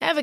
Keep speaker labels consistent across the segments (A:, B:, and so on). A: Ever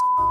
B: a-"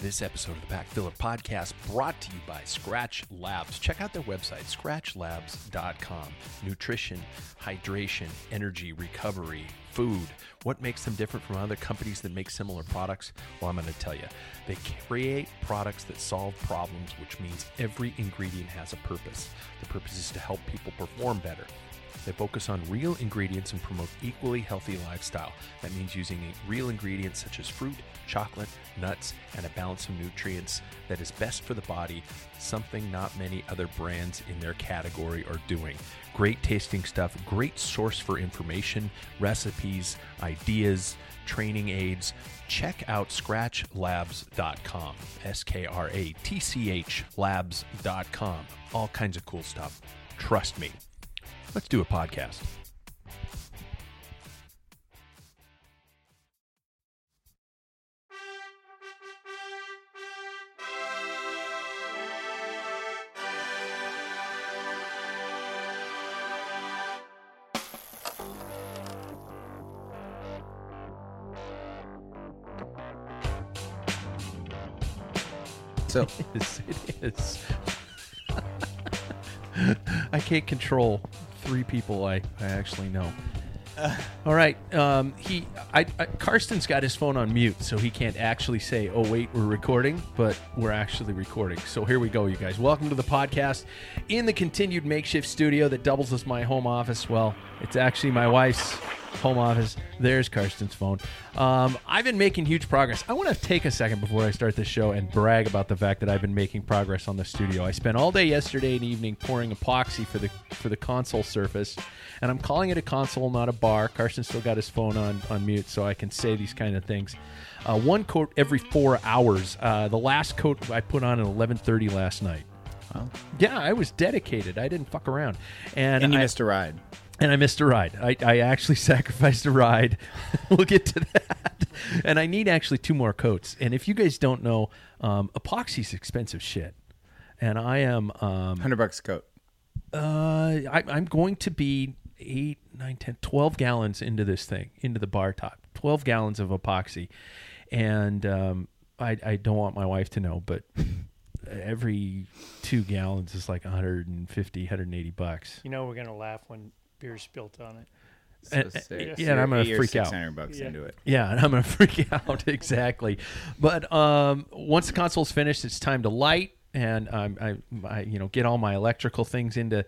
C: This episode of the Pack Filler Podcast brought to you by Scratch Labs. Check out their website, scratchlabs.com. Nutrition, hydration, energy, recovery, food. What makes them different from other companies that make similar products? Well, I'm going to tell you. They create products that solve problems, which means every ingredient has a purpose. The purpose is to help people perform better. They focus on real ingredients and promote equally healthy lifestyle. That means using real ingredients such as fruit, chocolate, nuts, and a balance of nutrients that is best for the body, something not many other brands in their category are doing. Great tasting stuff, great source for information, recipes, ideas, training aids. Check out scratchlabs.com, S K R A T C H labs.com. All kinds of cool stuff. Trust me. Let's do a podcast.
D: So
C: Yes, it is. I can't control three people I, I actually know. All right, um, he I, I Karsten's got his phone on mute, so he can't actually say, "Oh wait, we're recording," but we're actually recording. So here we go, you guys. Welcome to the podcast in the continued makeshift studio that doubles as my home office. Well, it's actually my wife's home office. There's Karsten's phone. Um, I've been making huge progress. I want to take a second before I start this show and brag about the fact that I've been making progress on the studio. I spent all day yesterday and evening pouring epoxy for the for the console surface, and I'm calling it a console, not a bar. Carson still got his phone on on mute, so I can say these kind of things. Uh, one coat every four hours. Uh, the last coat I put on at 11:30 last night. Yeah, I was dedicated. I didn't fuck around, and,
D: and you
C: I,
D: missed a ride.
C: and I missed a ride. I, I actually sacrificed a ride. we'll get to that. And I need actually two more coats. And if you guys don't know, um, epoxy's expensive shit. And I am um,
D: Hundred bucks a coat.
C: uh, I, I'm going to be eight, nine, 10, 12 gallons into this thing, into the bar top. 12 gallons of epoxy. And um, I, I don't want my wife to know, but every two gallons is like 150, 180 bucks.
E: You know we're gonna laugh when beer's spilt on it.
C: And-
D: six-
C: Uh, yeah, and I'm gonna
D: eight or
C: freak out.
D: 600 bucks
E: Yeah.
D: into it.
C: Yeah, and I'm gonna freak out exactly. But um, once the console's finished, it's time to light, and um, I, I, you know, get all my electrical things into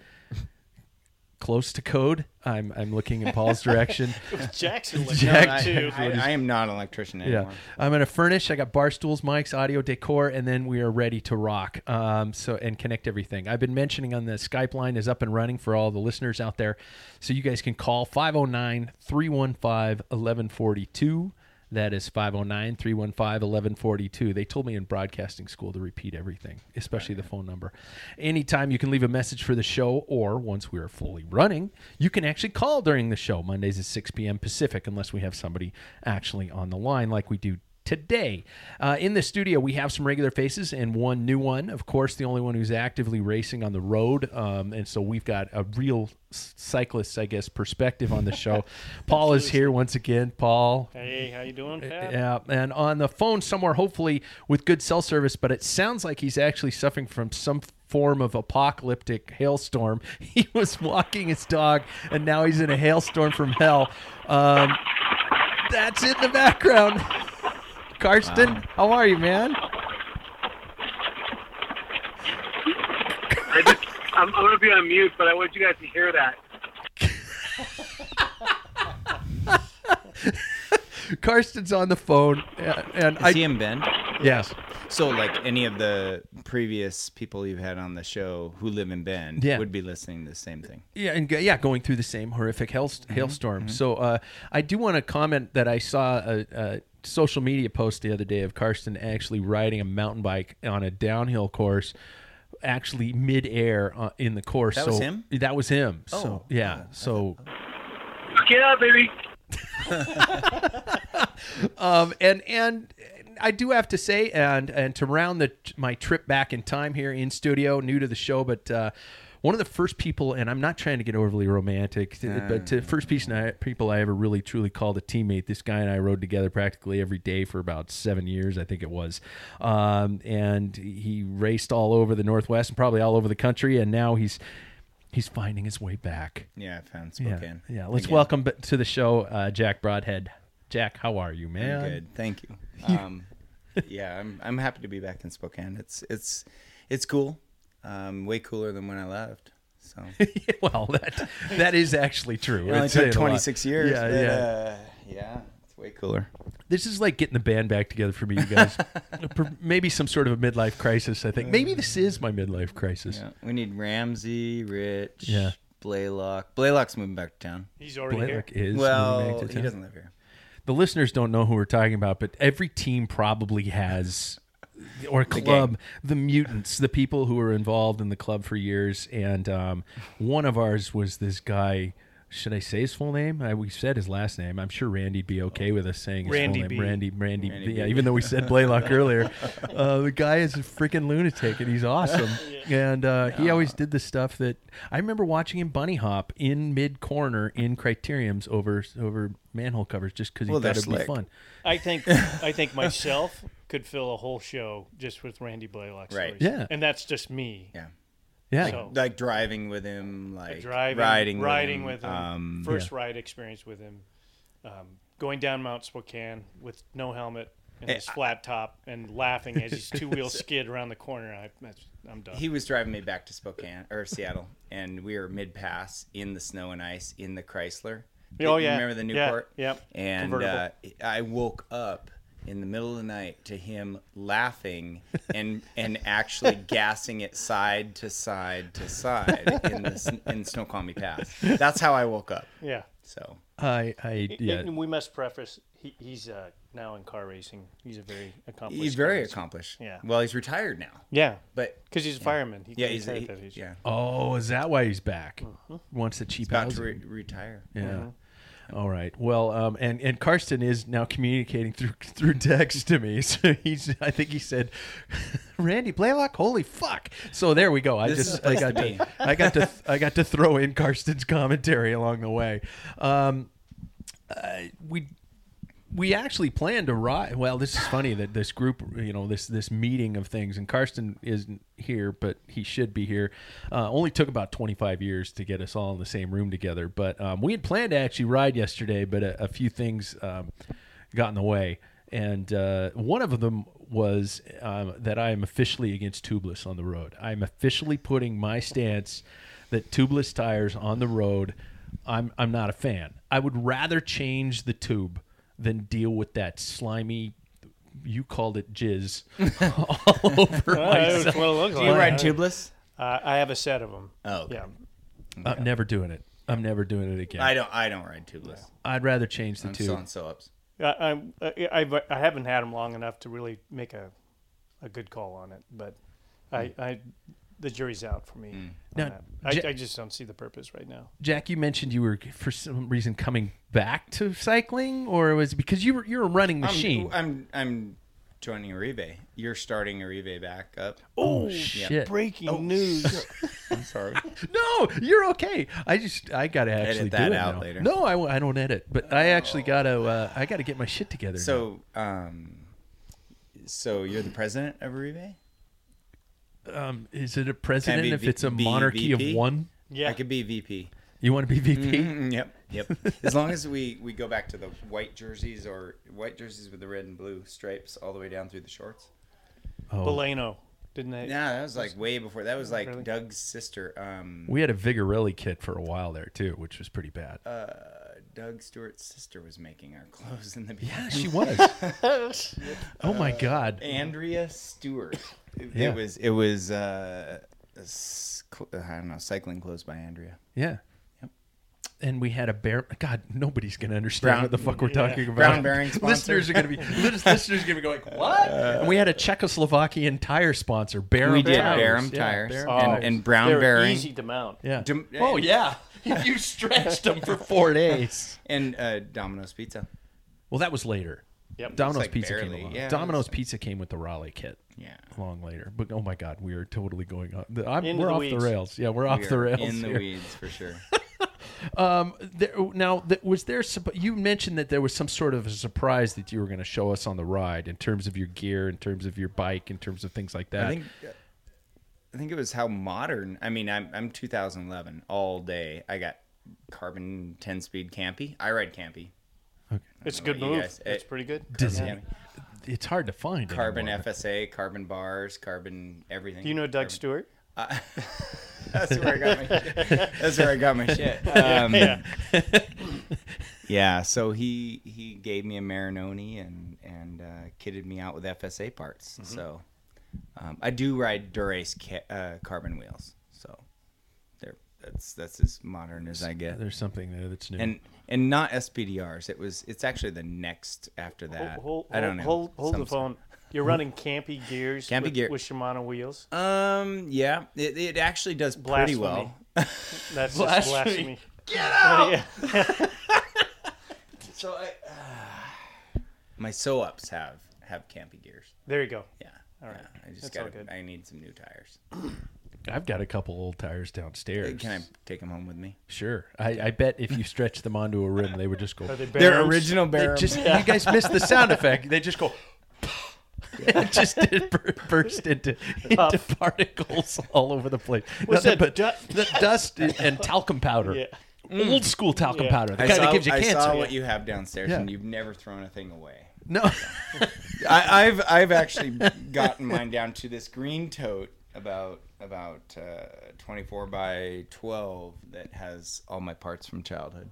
C: close to code. I'm, I'm looking in Paul's direction.
E: Jackson looked
C: Jack-
E: Jack too.
D: I, I- I am not an electrician
C: Yeah,
D: anymore.
C: I'm gonna furnish. I got bar stools, mics, audio decor, and then we are ready to rock. Um, so and connect everything. I've been mentioning on the Skype line is up and running for all the listeners out oh there, so you guys can call 509-315-1142. That is 509 315 1142. They told me in broadcasting school to repeat everything, especially the phone number. Anytime you can leave a message for the show, or once we are fully running, you can actually call during the show. Mondays at 6 p.m. Pacific, unless we have somebody actually on the line like we do today. Uh, in the studio, we have some regular faces and one new one. Of course, the only one who's actively racing on the road. Um, and so we've got a real s- cyclist, I guess, perspective on the show. Paul is here once again. Paul.
E: Hey, how you doing, Pat?
C: Yeah, and on the phone somewhere, hopefully with good cell service, but it sounds like he's actually suffering from some form of apocalyptic hailstorm. He was walking his dog, and now he's in a hailstorm from hell. Um, that's in the background. Karsten, how are you, man?
F: I just, I'm, I'm going to be on mute, but I want you guys to hear that.
C: Karsten's on the phone, and, and
D: I
C: I
D: see him, Ben.
C: yes,
D: So, like any of the previous people you've had on the show who live in Bend
C: Yeah.
D: would be listening to the same thing.
C: Yeah, and go- yeah, going through the same horrific hail,
D: Mm-hmm,
C: hailstorm. So uh, I do want to comment that I saw a, a social media post the other day of Karsten actually riding a mountain bike on a downhill course, actually midair uh, in the course.
D: That
C: so
D: was him?
C: That was him. so
D: Oh.
C: yeah. so
F: Get up, baby.
C: Um, and and I do have to say, and and to round the my trip back in time here in studio, new to the show, but. Uh, one of the first people, and I'm not trying to get overly romantic, t- but to first piece and I, people I ever really truly called a teammate. This guy and I rode together practically every day for about seven years, I think it was, um, and he raced all over the Northwest and probably all over the country, and now he's he's finding his way back.
D: Yeah, I found
C: Yeah,
D: Spokane.
C: yeah. Let's
D: Again.
C: welcome b- to the show, uh, Jack Broadhead. Jack, how are you,
D: I'm
C: man?
D: good. Thank you. Um, yeah, I'm I'm happy to be back in Spokane. It's it's it's cool. Um, way cooler than when I left. So it
C: well, that that is actually true.
D: only
C: It's saying
D: took
C: a lot.
D: 26 years.
C: Yeah,
D: but,
C: yeah.
D: Uh, yeah, it's way cooler.
C: This is like getting the band back together for me, you guys. Per- Maybe some sort of a midlife crisis. I think maybe this is my midlife crisis.
D: Yeah, we need Ramsey, Rich,
C: Yeah.
D: Blaylock. Blaylock's moving back to town.
E: He's already here.
C: Blake is moving
D: well,
C: back to
D: he
C: town.
D: doesn't live here.
C: The listeners don't know who we're talking about, but every team probably has. Or club, the, mutants, the people who were involved in the club for years, and um, one of ours was this guy. Should I say his full name? I, we said his last name. I'm sure Randy'd be okay with us saying his
E: Randy
C: full name.
E: B.
C: Randy, Randy, B. Yeah, even though we said Blaylock earlier, uh, the guy is a freaking lunatic and he's awesome. And uh, he always did the stuff that I remember watching him bunny hop in mid corner in criteriums over over manhole covers just because he
D: Well,
C: thought
D: they're
C: it'd be
D: slick.
C: fun.
E: I think I think myself could fill a whole show just with Randy Blaylock
D: Right.
E: stories.
C: Yeah.
E: And that's just me.
D: Yeah.
C: Yeah,
E: So
D: Like driving with him, like
E: driving,
D: riding,
E: riding
D: with him. Um,
E: first ride experience with him, um, going down Mount Spokane with no helmet and his flat top, and laughing as his two wheel skid around the corner. I, that's- I'm done.
D: he was driving me back to Spokane or Seattle, and we were mid pass in the snow and ice in the Chrysler.
E: Oh,
D: You
E: yeah.
D: remember the
E: Yeah,
D: Newport?
E: yep.
D: And uh, I woke up in the middle of the night to him laughing and and actually gassing it side to side to side in the sn- in Snoqualmie Pass. That's how I woke up.
E: yeah.
D: So
C: I, I, yeah.
E: And we must preface he, he's uh, now in car racing. He's a very accomplished.
D: he's
E: car
D: very
E: racer.
D: accomplished.
E: Yeah.
D: Well, he's retired now,
E: Yeah,
D: but
E: because he's a fireman. He
D: yeah,
E: can
D: he's
E: retire
D: he-
E: at that age.
D: yeah
C: Oh, is that why he's back? Wants the cheap
D: about to
C: housing.
D: re- retire.
C: Yeah. All right. Well, um, and and Karsten is now communicating through through text to me. So he's, I think he said, "Randy Blaylock, holy fuck!" So there we go. I
D: This is
C: just I got
D: supposed to
C: to, I got to I got to throw in Karsten's commentary along the way. Um, uh, we we actually planned to ride. Well, this is funny that this group, you know, this this meeting of things, and Karsten isn't here, but he should be here. Uh, only took about twenty five years to get us all in the same room together. But um, we had planned to actually ride yesterday, but a, a few things um, got in the way, and uh, one of them was um, that I am officially against tubeless on the road. I'm officially putting my stance that tubeless tires on the road. I'm I'm not a fan. I would rather change the tube than deal with that slimy. You called it jizz all over
E: Uh, that's
C: myself.
E: what it looks
D: Do you
E: like.
D: ride tubeless?
E: Uh, I have a set of them.
D: Oh, okay.
E: yeah.
C: I'm never doing it. I'm never doing it again.
D: I
C: I,
D: don't. I don't ride tubeless.
C: would rather change the
D: I'm
C: tube.
D: still on sew ups.
E: I, I, I, I haven't had them long enough to really make a, a good call on it, but I,
D: Hmm.
E: I the jury's out for me. on
C: Now,
E: that. I,
C: Ja-
E: I just don't see the purpose right now.
C: Jack, you mentioned you were for some reason coming back to cycling, or was it because you were you're a running machine?
D: I'm, I'm I'm joining Aribe. You're starting Aribe back up.
C: oh shit!
E: Breaking news.
D: I'm sorry.
C: No, you're okay. I just I gotta actually do
D: that
C: it
D: out
C: now.
D: later. Oh.
C: No, I, won't- I don't edit, but I actually gotta uh, I gotta get my shit together. now.
D: So um, so you're the president of Aribe?
C: um, is it a president
D: be
C: if
D: V-
C: it's a
D: be
C: monarchy
D: VP?
C: of one?
E: yeah.
D: I could be VP.
C: You want to be VP?
D: Mm, Yep, yep. As long as we we go back to the white jerseys or white jerseys with the red and blue stripes all the way down through the shorts.
E: Boleno, Oh. didn't they?
D: Yeah, that was like way before. That was like
E: Really?
D: Doug's sister, um,
C: We had a Vigarelli kit for a while there too, which was pretty bad.
D: Uh, Doug Stewart's sister was making our clothes in the
C: yeah,
D: beginning.
C: she was. oh my god!
D: Andrea Stewart. It,
C: Yeah.
D: it was it was uh, s- cl- I don't know cycling clothes by Andrea.
C: Yeah. And we had a bear. God, nobody's gonna understand
D: Brown-
C: what the fuck we're talking about.
D: Brown bearing sponsor. Uh,
C: Listeners are gonna be lis- listeners are gonna be going what? and we had a Czechoslovakian tire sponsor, Barum.
D: we did
C: tires.
D: Barum
C: Yeah,
D: tires
C: Barum
D: and,
C: tires.
D: and Brown
E: Oh, They're
D: Bearing.
E: easy to mount.
C: yeah.
D: Dem-
C: oh yeah, you stretched them for four days.
D: and uh, Domino's Pizza.
C: Well, that was later.
E: Yep.
C: Domino's
D: It's like
C: Pizza came
D: barely-
C: along.
D: yeah,
C: Domino's
D: it's-
C: Pizza came with the Raleigh kit.
D: Yeah.
C: Long later, but oh my god, we are totally going on. the- I'm,
E: Into
C: we're
E: the
C: off
E: weeds.
C: the rails. Yeah, we're off
D: We
C: the
D: are
C: rails.
D: in the
C: here.
D: weeds for sure.
C: There, now, th- was there? sup- You mentioned that there was some sort of a surprise that you were going to show us on the ride in terms of your gear, in terms of your bike, in terms of things like that.
D: I think I think it was how modern. I mean, I'm I'm 2011 all day. I got carbon 10 speed campy. I ride campy.
E: It's a good
D: Oh, you
E: move.
D: guys-
E: it's
D: it-
E: pretty good.
C: Does
E: Yeah.
C: it- it's hard to find
D: Carbon
C: anymore.
D: FSA, carbon bars, carbon everything.
E: Do you know Doug Stewart?
D: That's where I got my shit. That's where I got my shit. Um, yeah. So he he gave me a Marinoni and and uh, kitted me out with FSA parts.
E: Mm-hmm.
D: So um, I do ride Durace ca- uh, carbon wheels. So they're that's that's as modern as I get.
C: There's something there that's new.
D: And and not SPDRs. It was it's actually the next after that.
E: Hold, hold,
D: uh, I don't know.
E: hold, hold the
D: Some-
E: phone. You're running campy gears
D: Campy
E: with,
D: gear.
E: with Shimano wheels.
D: Um. Yeah. It, it actually does pretty
E: Blasphemy.
D: well.
E: That's just
C: Blasphemy.
E: blasphemy. Get out!
D: So I. uh, my sew ups have have campy gears.
E: There you go.
D: Yeah.
E: All right.
D: Yeah, I just
E: That's all
D: got.
E: good.
D: I need some new tires.
C: I've got a couple old tires downstairs.
D: Can I take them home with me?
C: Sure. I, I bet if you stretch them onto a rim, they would just go.
E: Are they
D: They're
E: Barons?
D: original
C: They
D: barrels.
C: just you guys missed the sound effect. They just go. it just did bur- burst into, into particles all over the place.
E: Was
C: Nothing
E: that du-
C: the dust and, and talcum powder. Mm.
E: Yeah.
C: Old school talcum
E: Yeah.
C: powder. The
D: I
C: kind
D: saw,
C: that gives you
D: I
C: cancer.
D: saw what you have downstairs,
C: Yeah.
D: and you've never thrown a thing away.
C: no.
D: I, I've I've actually gotten mine down to this green tote about about uh, 24 by 12 that has all my parts from childhood.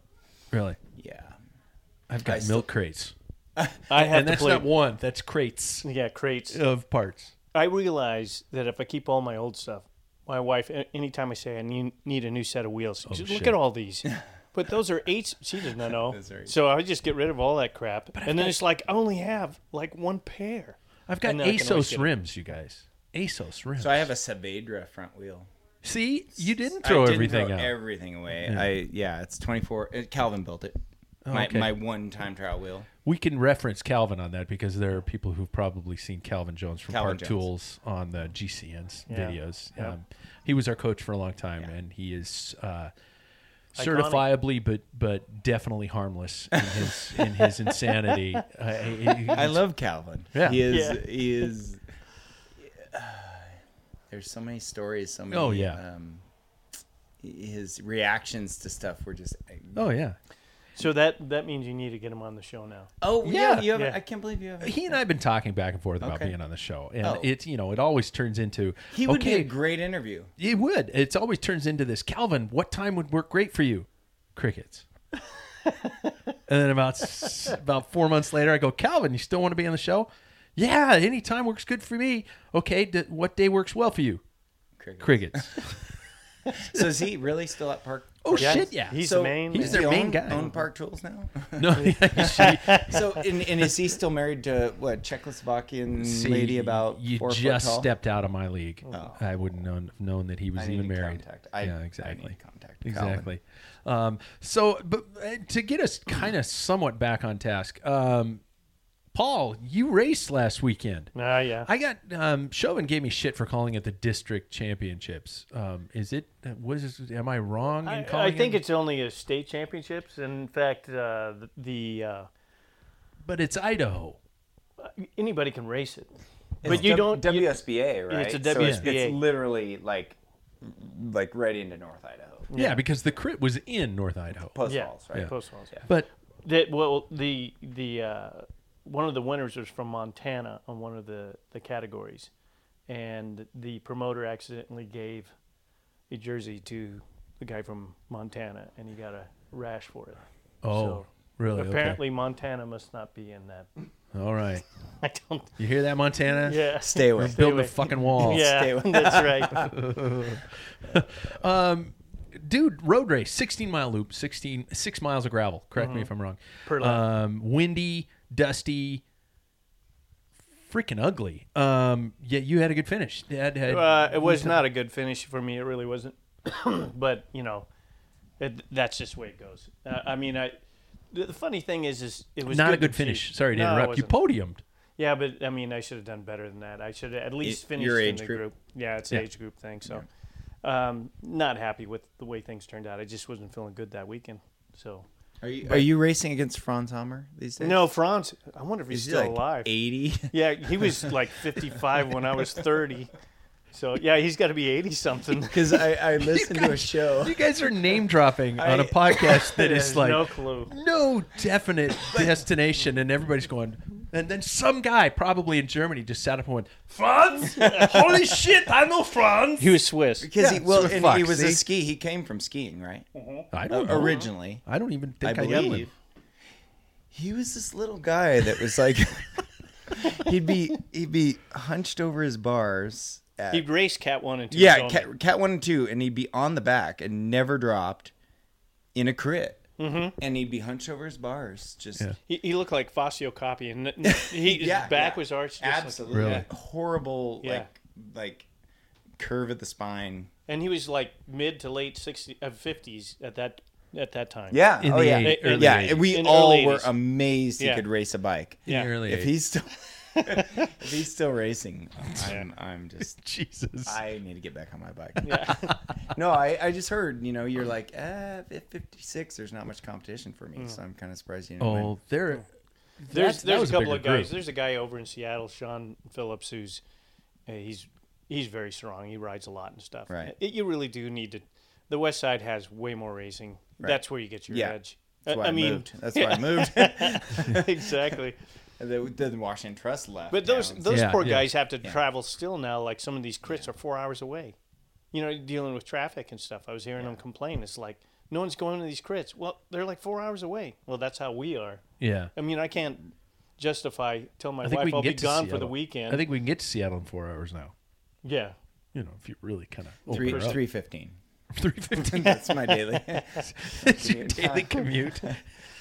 C: really.
D: Yeah.
C: I've got
D: I still-
C: milk crates.
E: I have
C: And
E: to
C: that's
E: play.
C: not one. That's crates
E: yeah, crates.
C: of parts.
E: I realize that if I keep all my old stuff, my wife, a- anytime I say I need, need a new set of wheels, she's, look
C: shit.
E: at all these. But those are eight. She does not know.
D: Those are eight.
E: So I just get rid of all that crap, and then it's like I only have like one pair.
C: I've got
E: And then I can always
C: ASOS
E: get it.
C: rims, you guys. ASOS rims.
D: So I have a Saavedra front wheel.
C: See, you didn't
D: I
C: throw
D: didn't
C: everything
D: throw
C: out.
D: Everything away. I yeah. It's 24. uh, Calvin built it. my
C: Oh, okay.
D: my one time trial wheel.
C: We can reference Calvin on that because there are people who've probably seen Calvin Jones from
D: Calvin
C: Park
D: Jones.
C: Tools on the GCN's
E: Yeah.
C: videos.
E: Yeah.
C: Um, he was our coach for a long time, and he is uh, certifiably, but but definitely harmless in his in his insanity. Uh, he- he-
D: I love Calvin.
C: Yeah.
D: He is.
E: Yeah.
D: He is. there's so many stories. So many.
C: Oh, yeah.
D: Um, his reactions to stuff were just.
C: Oh yeah,
E: So that that means you need to get them on the show now.
D: Oh
C: yeah,
D: yeah. You have,
E: yeah.
D: I can't believe you have.
C: he and I've been talking back and forth about
D: Okay.
C: being on the show, and
D: Oh.
C: it's you know it always turns into
D: He would
C: okay,
D: be a great interview.
C: It would. It's always turns into this. Calvin, what time would work great for you? Crickets. and then about s- about four months later, I go, Calvin, you still want to be on the show? Yeah, any time works good for me. Okay, d- what day works well for you?
D: Cricket.
C: Crickets.
D: So is he really still at Park?
C: Oh
E: Yeah,
C: shit! Yeah,
E: he's
D: so
E: the main.
C: he's
E: He's
C: their
D: he
C: main
D: own,
C: guy.
D: Own Park Tools now.
C: no. yeah, she-
D: so and, and is he still married to what Czechoslovakian
C: see,
D: lady about
C: you
D: four foot
C: just
D: tall? Oh.
C: stepped out of my league. I wouldn't known, known that he was
D: I need
C: even
D: to
C: married.
D: contact- I- I
C: yeah,
D: need
C: exactly.
D: to contact Colin.
C: exactly. Um, so, but uh, to get us kind of somewhat back on task, um, Paul, you raced last weekend.
E: Ah, yeah.
C: I got um, Chauvin gave me shit for calling it the district championships. Um, is it was? Am I wrong in
E: I,
C: calling?
E: I think
C: it?
E: it's only a state championships. In fact, uh, the, the uh,
C: but it's Idaho.
E: anybody can race it,
D: It's
E: but you
D: W-
E: don't. you-
D: WSBA, right?
E: it's a
D: So it's,
E: WSBA.
D: it's literally like like right into North Idaho.
C: Yeah. because the crit was in North Idaho.
D: Post
E: yeah,
D: Falls, right?
E: post falls.
C: But
E: That well, the the uh, one of the winners was from Montana on one of the the categories, and the promoter accidentally gave a jersey to the guy from Montana, and he got a rash for it.
C: oh,
E: So,
C: really? Okay.
E: Apparently, Montana must not be in that.
C: all right.
E: I don't.
C: You hear that, Montana?
E: Yeah.
D: Stay away.
C: Building
E: away.
C: a fucking wall.
D: Stay
E: Yeah,
D: away.
E: that's right.
C: dude road race 16 mile loop 16 six miles of gravel correct me if i'm wrong
E: Per lap.
C: um windy dusty freaking ugly um yeah you had a good finish that had
E: Uh, it was not a good finish for me. It really wasn't. but you know, it, that's just the way it goes. Uh, I mean, I. The the funny thing is, is it was
C: not
E: good
C: a good
E: see.
C: finish sorry to
E: No, it
C: interrupt you
E: wasn't.
C: podiumed
E: yeah, but I mean, I should have done better than that. I should have at least
D: Y-
E: finished
D: your
E: in
D: age
E: the
D: group?
E: Yeah, it's
C: Yeah.
E: an age group thing. So, um, not happy with the way things turned out. I just wasn't feeling good that weekend. So,
D: Are you are you racing against Franz Hammer these days?
E: no, Franz. I wonder if he's
D: Is he
E: still
D: like
E: alive.
D: eighty?
E: Yeah, he was like 55 when I was 30. So yeah, he's got to be 80 something.
D: Because I, I listened to a show.
C: you guys are name dropping on a
D: I-
C: podcast that
E: Yeah,
C: is like
E: no clue.
C: no definite destination and everybody's going and then some guy probably in germany just sat up and went franz holy shit i know franz
E: He was Swiss.
D: Because
C: Yeah,
D: he well,
C: so
D: and
C: fuck,
D: he was
C: see?
D: a ski. He came from skiing, right?
C: i
D: Uh,
C: don't know.
D: originally,
C: i don't even
D: I
C: think i, know him.
D: believe. He was this little guy that was like, he'd be he'd be hunched over his bars. At,
E: He'd race Cat One and Two.
D: yeah,
E: only.
D: cat, cat one and two, and he'd be on the back and never dropped in a crit, mm-hmm. and he'd be hunched over his bars, just
E: He, he looked like Fazio Copy, and n- n- he, his
D: Yeah,
E: back
D: yeah.
E: was arched. Just
D: absolutely
C: Really?
D: like, horrible,
E: Yeah.
D: like like curve of the spine.
E: Like, and he was like mid to late 60s, uh, 50s at that at that time.
D: Yeah,
C: In
D: oh
C: the
D: yeah,
C: eight-
E: early
D: yeah.
E: 80s.
D: And we
E: In
D: all
E: early
D: were
E: 80s.
D: amazed
E: Yeah.
D: he could race a bike.
C: In the
E: Yeah.
C: early
D: If
C: 80s.
D: he's still, if he's still racing, I'm, I'm just.
C: jesus
D: I need to get back on my bike. no, I, I just heard, you know, you're like, eh, at 56, there's not much competition for me.
E: Hmm.
D: So I'm kind of surprised you didn't win.
C: Oh, there.
E: There's
C: that- that
E: there's
C: was
E: a
C: a
E: couple
C: bigger
E: of guys.
C: group.
E: There's a guy over in Seattle, Sean Phillips, who's uh, he's he's very strong. He rides a lot and stuff.
D: Right.
E: It- you really do need to. The West Side has way more racing. That's where you get your
D: Yeah.
E: edge.
D: That's
E: Uh,
D: why I,
E: I mean,
D: moved. That's why I moved. And
E: exactly.
D: then- then Washington Trust left.
E: But those
D: town, so-
E: those
C: Yeah,
E: poor
C: yeah.
E: guys have to travel still now. Like some of these crits are four hours away. You know, dealing with traffic and stuff. I was hearing them complain. It's like no one's going to these crits. Well, they're like four hours away. Well, that's how we are.
C: Yeah.
E: I mean, I can't justify tell my
C: I think
E: wife
C: we can
E: I'll
C: get
E: be
C: to
E: gone
C: Seattle.
E: for the weekend.
C: I think we can get to Seattle in four hours now.
E: yeah.
C: You know, if you really kind of
D: Three, 315.
C: three fifteen
D: That's my daily. I commute time.
C: daily commute.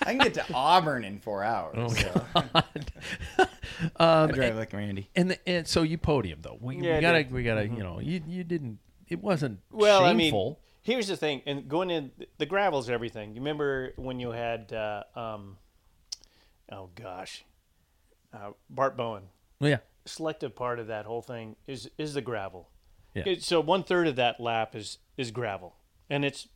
D: can get to Auburn in four hours.
C: Oh,
D: so.
C: Um,
D: I drive like Randy.
C: And the, and so you podium though. We,
E: Yeah,
C: we
E: I
C: gotta
E: did. Mm-hmm.
C: we gotta you know you you didn't it wasn't
E: Well,
C: shameful.
E: I mean, here's the thing, and going in the gravel's everything. You remember when you had, uh, um, oh gosh, uh, Bart Bowen.
C: yeah.
E: Selective part of that whole thing is is the gravel.
C: Yeah.
E: It- so one third of that lap is is gravel, and it's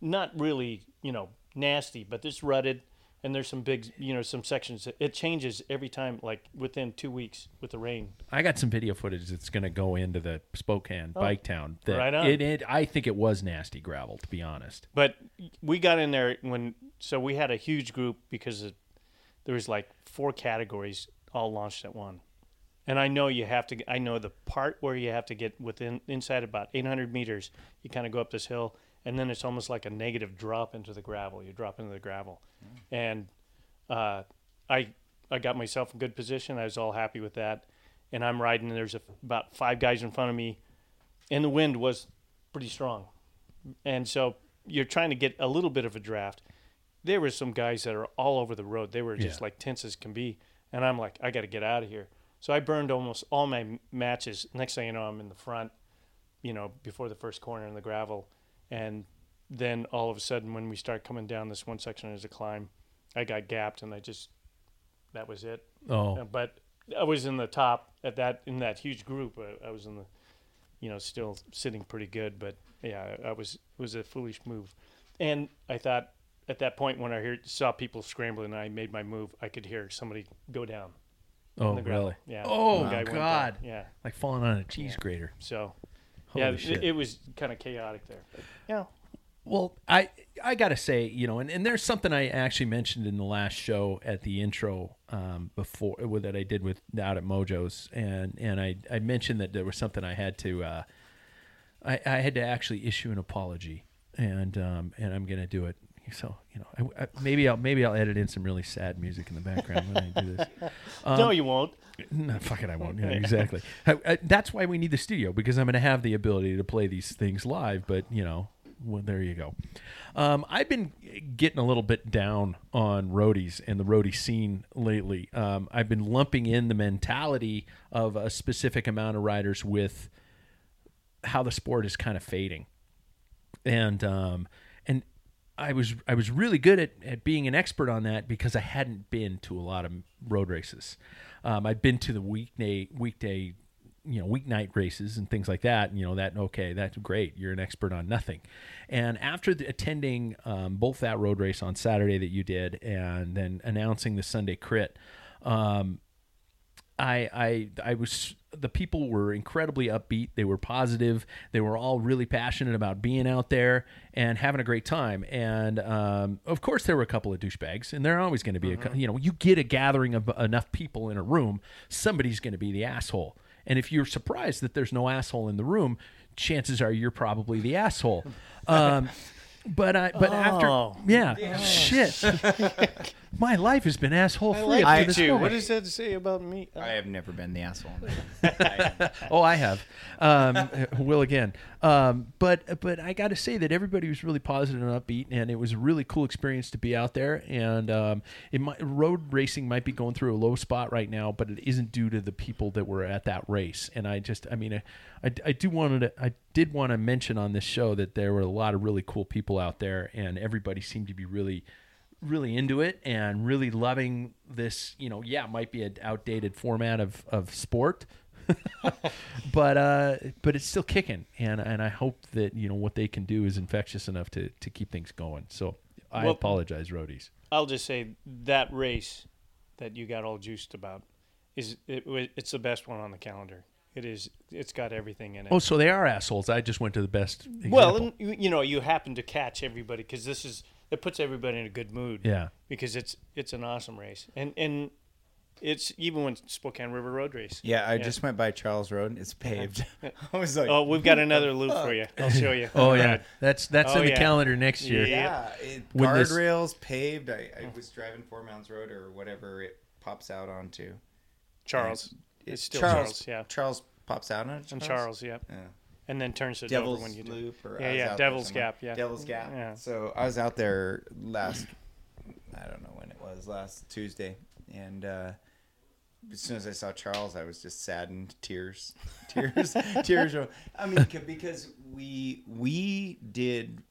E: not really you know nasty, but it's rutted, and there's some big you know some sections. It changes every time, like within two weeks with the rain.
C: I got some video footage that's going to go into the Spokane bike town. That
E: Oh, right on.
C: It, it, I think it was nasty gravel, to be honest.
E: But we got in there when so we had a huge group because it, there was like four categories all launched at one. And I know you have to. I know the part where you have to get within inside about 800 meters. You kind of go up this hill, and then it's almost like a negative drop into the gravel. You drop into the gravel, and uh, I I got myself in good position. I was all happy with that, and I'm riding. And there's a, about five guys in front of me, and the wind was pretty strong. and so you're trying to get a little bit of a draft. There were some guys that are all over the road. They were just
C: Yeah.
E: like tense as can be, and I'm like, I got to get out of here. So I burned almost all my m- matches. Next thing you know, I'm in the front, you know, before the first corner in the gravel, and then all of a sudden, when we start coming down this one section as a climb, I got gapped, and I just that was it.
C: Oh.
E: Uh, but I was in the top at that in that huge group. I, I was in the, you know, still sitting pretty good. But yeah, I, I was it was a foolish move, and I thought at that point when I heard, saw people scrambling, and I made my move. I could hear somebody go down.
C: Oh,
E: the ground.
C: really?
E: Yeah.
C: Oh
E: The guy went down.
C: God.
E: Yeah.
C: Like falling on a cheese grater.
E: So.
C: Holy
E: yeah, it-
C: shit.
E: It, was kind of chaotic there. But, yeah.
C: Well, I I gotta say, you know, and, and there's something I actually mentioned in the last show at the intro um, before with- that I did with out at Mojo's, and and I I mentioned that there was something I had to uh, I I had to actually issue an apology, and um and I'm gonna do it. So you know, I, I- maybe I'll maybe I'll edit in some really sad music in the background when I do this. Um,
E: no, you won't.
C: No, fuck it, I won't. Yeah, exactly. I, I, that's why we need the studio because I'm going to have the ability to play these things live. But you know, well, there you go. Um, I've been getting a little bit down on roadies and the roadie scene lately. Um, I've been lumping in the mentality of a specific amount of riders with how the sport is kind of fading and um, and I was I was really good at, at being an expert on that because I hadn't been to a lot of road races. Um, I'd been to the weekday weekday you know weeknight races and things like that. And, you know that okay that's great. You're an expert on nothing. And after the, attending um, both that road race on Saturday that you did and then announcing the Sunday crit. Um, I I I was the people were incredibly upbeat. They were positive. They were all really passionate about being out there and having a great time. And um, of course, there were a couple of douchebags, and there are always going to be a cou- you know you get a gathering of enough people in a room, somebody's going to be the asshole. And if you're surprised that there's no asshole in the room, chances are you're probably the asshole. Um, but I but after yeah, shit, my life has been asshole free. up to this
E: Dude,
C: point.
E: what does that say about me? Uh,
D: I have never been the asshole.
C: Oh, I have. Um, will again. Um, but but I got to say that everybody was really positive and upbeat, and it was a really cool experience to be out there. And um, it might, road racing might be going through a low spot right now, but it isn't due to the people that were at that race. And I just, I mean, I, I, I do wanted to, I did want to mention on this show that there were a lot of really cool people out there, and everybody seemed to be really really into it and really loving this you know yeah it might be an outdated format of of sport but uh but it's still kicking and and i hope that you know what they can do is infectious enough to to keep things going so i
E: Well-
C: apologize roadies
E: I'll just say that race that you got all juiced about is it, wa- it's the best one on the calendar. It is. It's got everything in it.
C: oh so they are assholes i just went to the best example.
E: well, and you, you know, you happen to catch everybody because this is it puts everybody in a good mood.
C: Yeah.
E: Because it's it's an awesome race, and and it's even when Spokane River Road Race.
D: Yeah, I just went by Charles Road. It's paved. I was like,
E: Oh, we've got another loop for you. I'll show you.
C: oh yeah that's that's
E: Oh,
C: in the
E: yeah.
C: calendar next year
D: yeah, it,
C: When this-
D: guardrails paved. I, I was driving Four Mounds Road or whatever it pops out onto.
E: Charles.
D: It-
E: It's still Charles. yeah.
D: Charles pops out on it.
E: And Charles, yeah. And then turns to
D: Devil's
E: Dover when you do.
D: Loop, or I
E: yeah,
D: was
E: yeah,
D: out there
E: Devil's
D: somewhere.
E: Gap, yeah.
D: Devil's Gap.
E: Yeah.
D: So I was out there last, I don't know when it was, last Tuesday, and uh, as soon as I saw Charles, I was just saddened, tears, tears, tears. roll- I mean, c- because we we did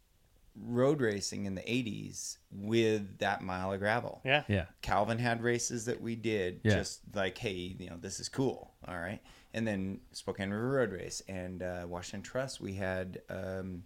D: road racing in the '80s with that mile of gravel.
E: Yeah.
C: yeah
D: Calvin had races that we did
C: Yeah.
D: just like, hey, you know, this is cool. All right. And then Spokane River Road Race and uh, Washington Trust, we had, um,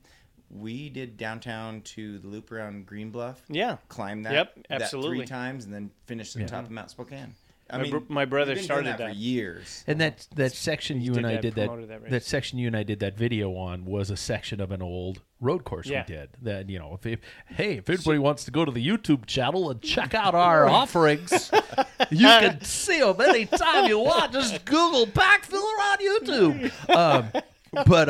D: we did downtown to the loop around Green Bluff.
E: Yeah.
D: Climb that,
E: Yep,
D: that
E: absolutely.
D: three times and then finish at the top of Mount Spokane. I
E: My br- my brother
D: we've been doing
E: started
D: for
E: that.
D: years.
C: and that that section you
E: Oh, did
C: and I
E: that,
C: did that
E: promoted that
C: that,
E: race.
C: section you and I did that video on was a section of an old road course
E: Yeah.
C: we did that you know if, if hey if anybody wants to go to the YouTube channel and check out our offerings you can see them anytime you want just Google backfiller on YouTube um, but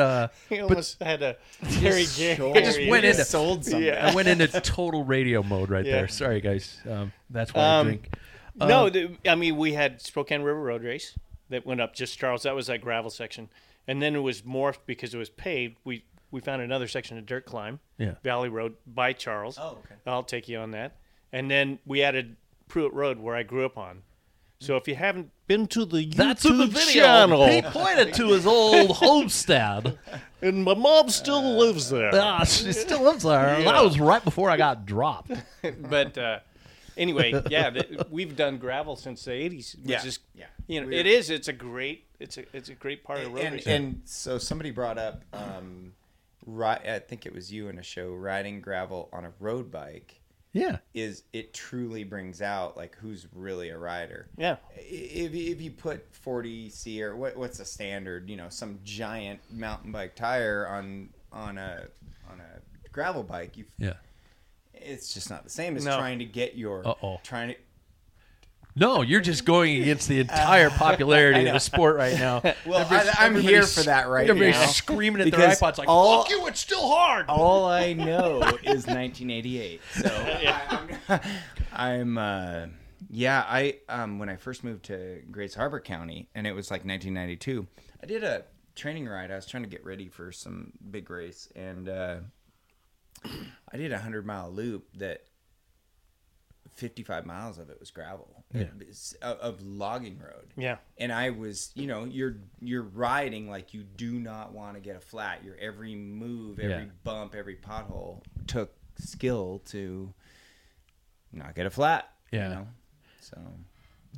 C: uh
E: He almost had a Terry Gary.
C: I just went into
D: sold something.
C: I went into total radio mode right there sorry guys um, that's why I drink Uh,
E: no, the, I mean we had Spokane River Road Race that went up just Charles. That was that gravel section, and then it was morphed because it was paved. We we found another section of dirt climb,
C: Yeah.
E: Valley Road by Charles.
D: Oh, okay.
E: I'll take you on that. And then we added Pruitt Road, where I grew up on. So if you haven't been to the YouTube
C: That's in the video.
E: channel,
C: He pointed to his old homestead.
E: and my mom still lives there.
C: Ah, she still lives there. That was right before I got dropped.
E: but uh, anyway, yeah, th- we've done gravel since the '80s. Which
D: Yeah,
E: is,
D: yeah.
E: You know,
D: We're-
E: it is. It's a great. It's a it's a great part of Rotary.
D: and, and so somebody brought up um right i think it was you in a show riding gravel on a road bike
C: Yeah.
D: is it truly brings out like who's really a rider
E: yeah,
D: I- if, if you put 40c or what, what's the standard you know some giant mountain bike tire on on a on a gravel bike you
C: Yeah.
D: it's just not the same as
E: No.
D: trying to get your
C: Uh-oh.
D: trying to
C: No, you're just going against the entire popularity of the sport right now.
D: well
C: Everybody's-
D: I, i'm here
C: everybody's-
D: for that right
C: Everybody's
D: now
C: screaming at
D: Because
C: their iPods like,
D: all-
C: "Fuck you! It's still hard."
D: all I know is 1988. So I, am I'm uh, yeah. I um, when I first moved to Grace Harbor County, and it was like 1992. I did a training ride. I was trying to get ready for some big race, and uh, I did a hundred mile loop that. 55 miles of it was gravel It's- of- of logging road
E: Yeah.
D: and I was, you know, you're you're riding like you do not want to get a flat. Your every move, every
C: Yeah.
D: bump, every pothole took skill to not get a flat.
C: Yeah.
D: You know? So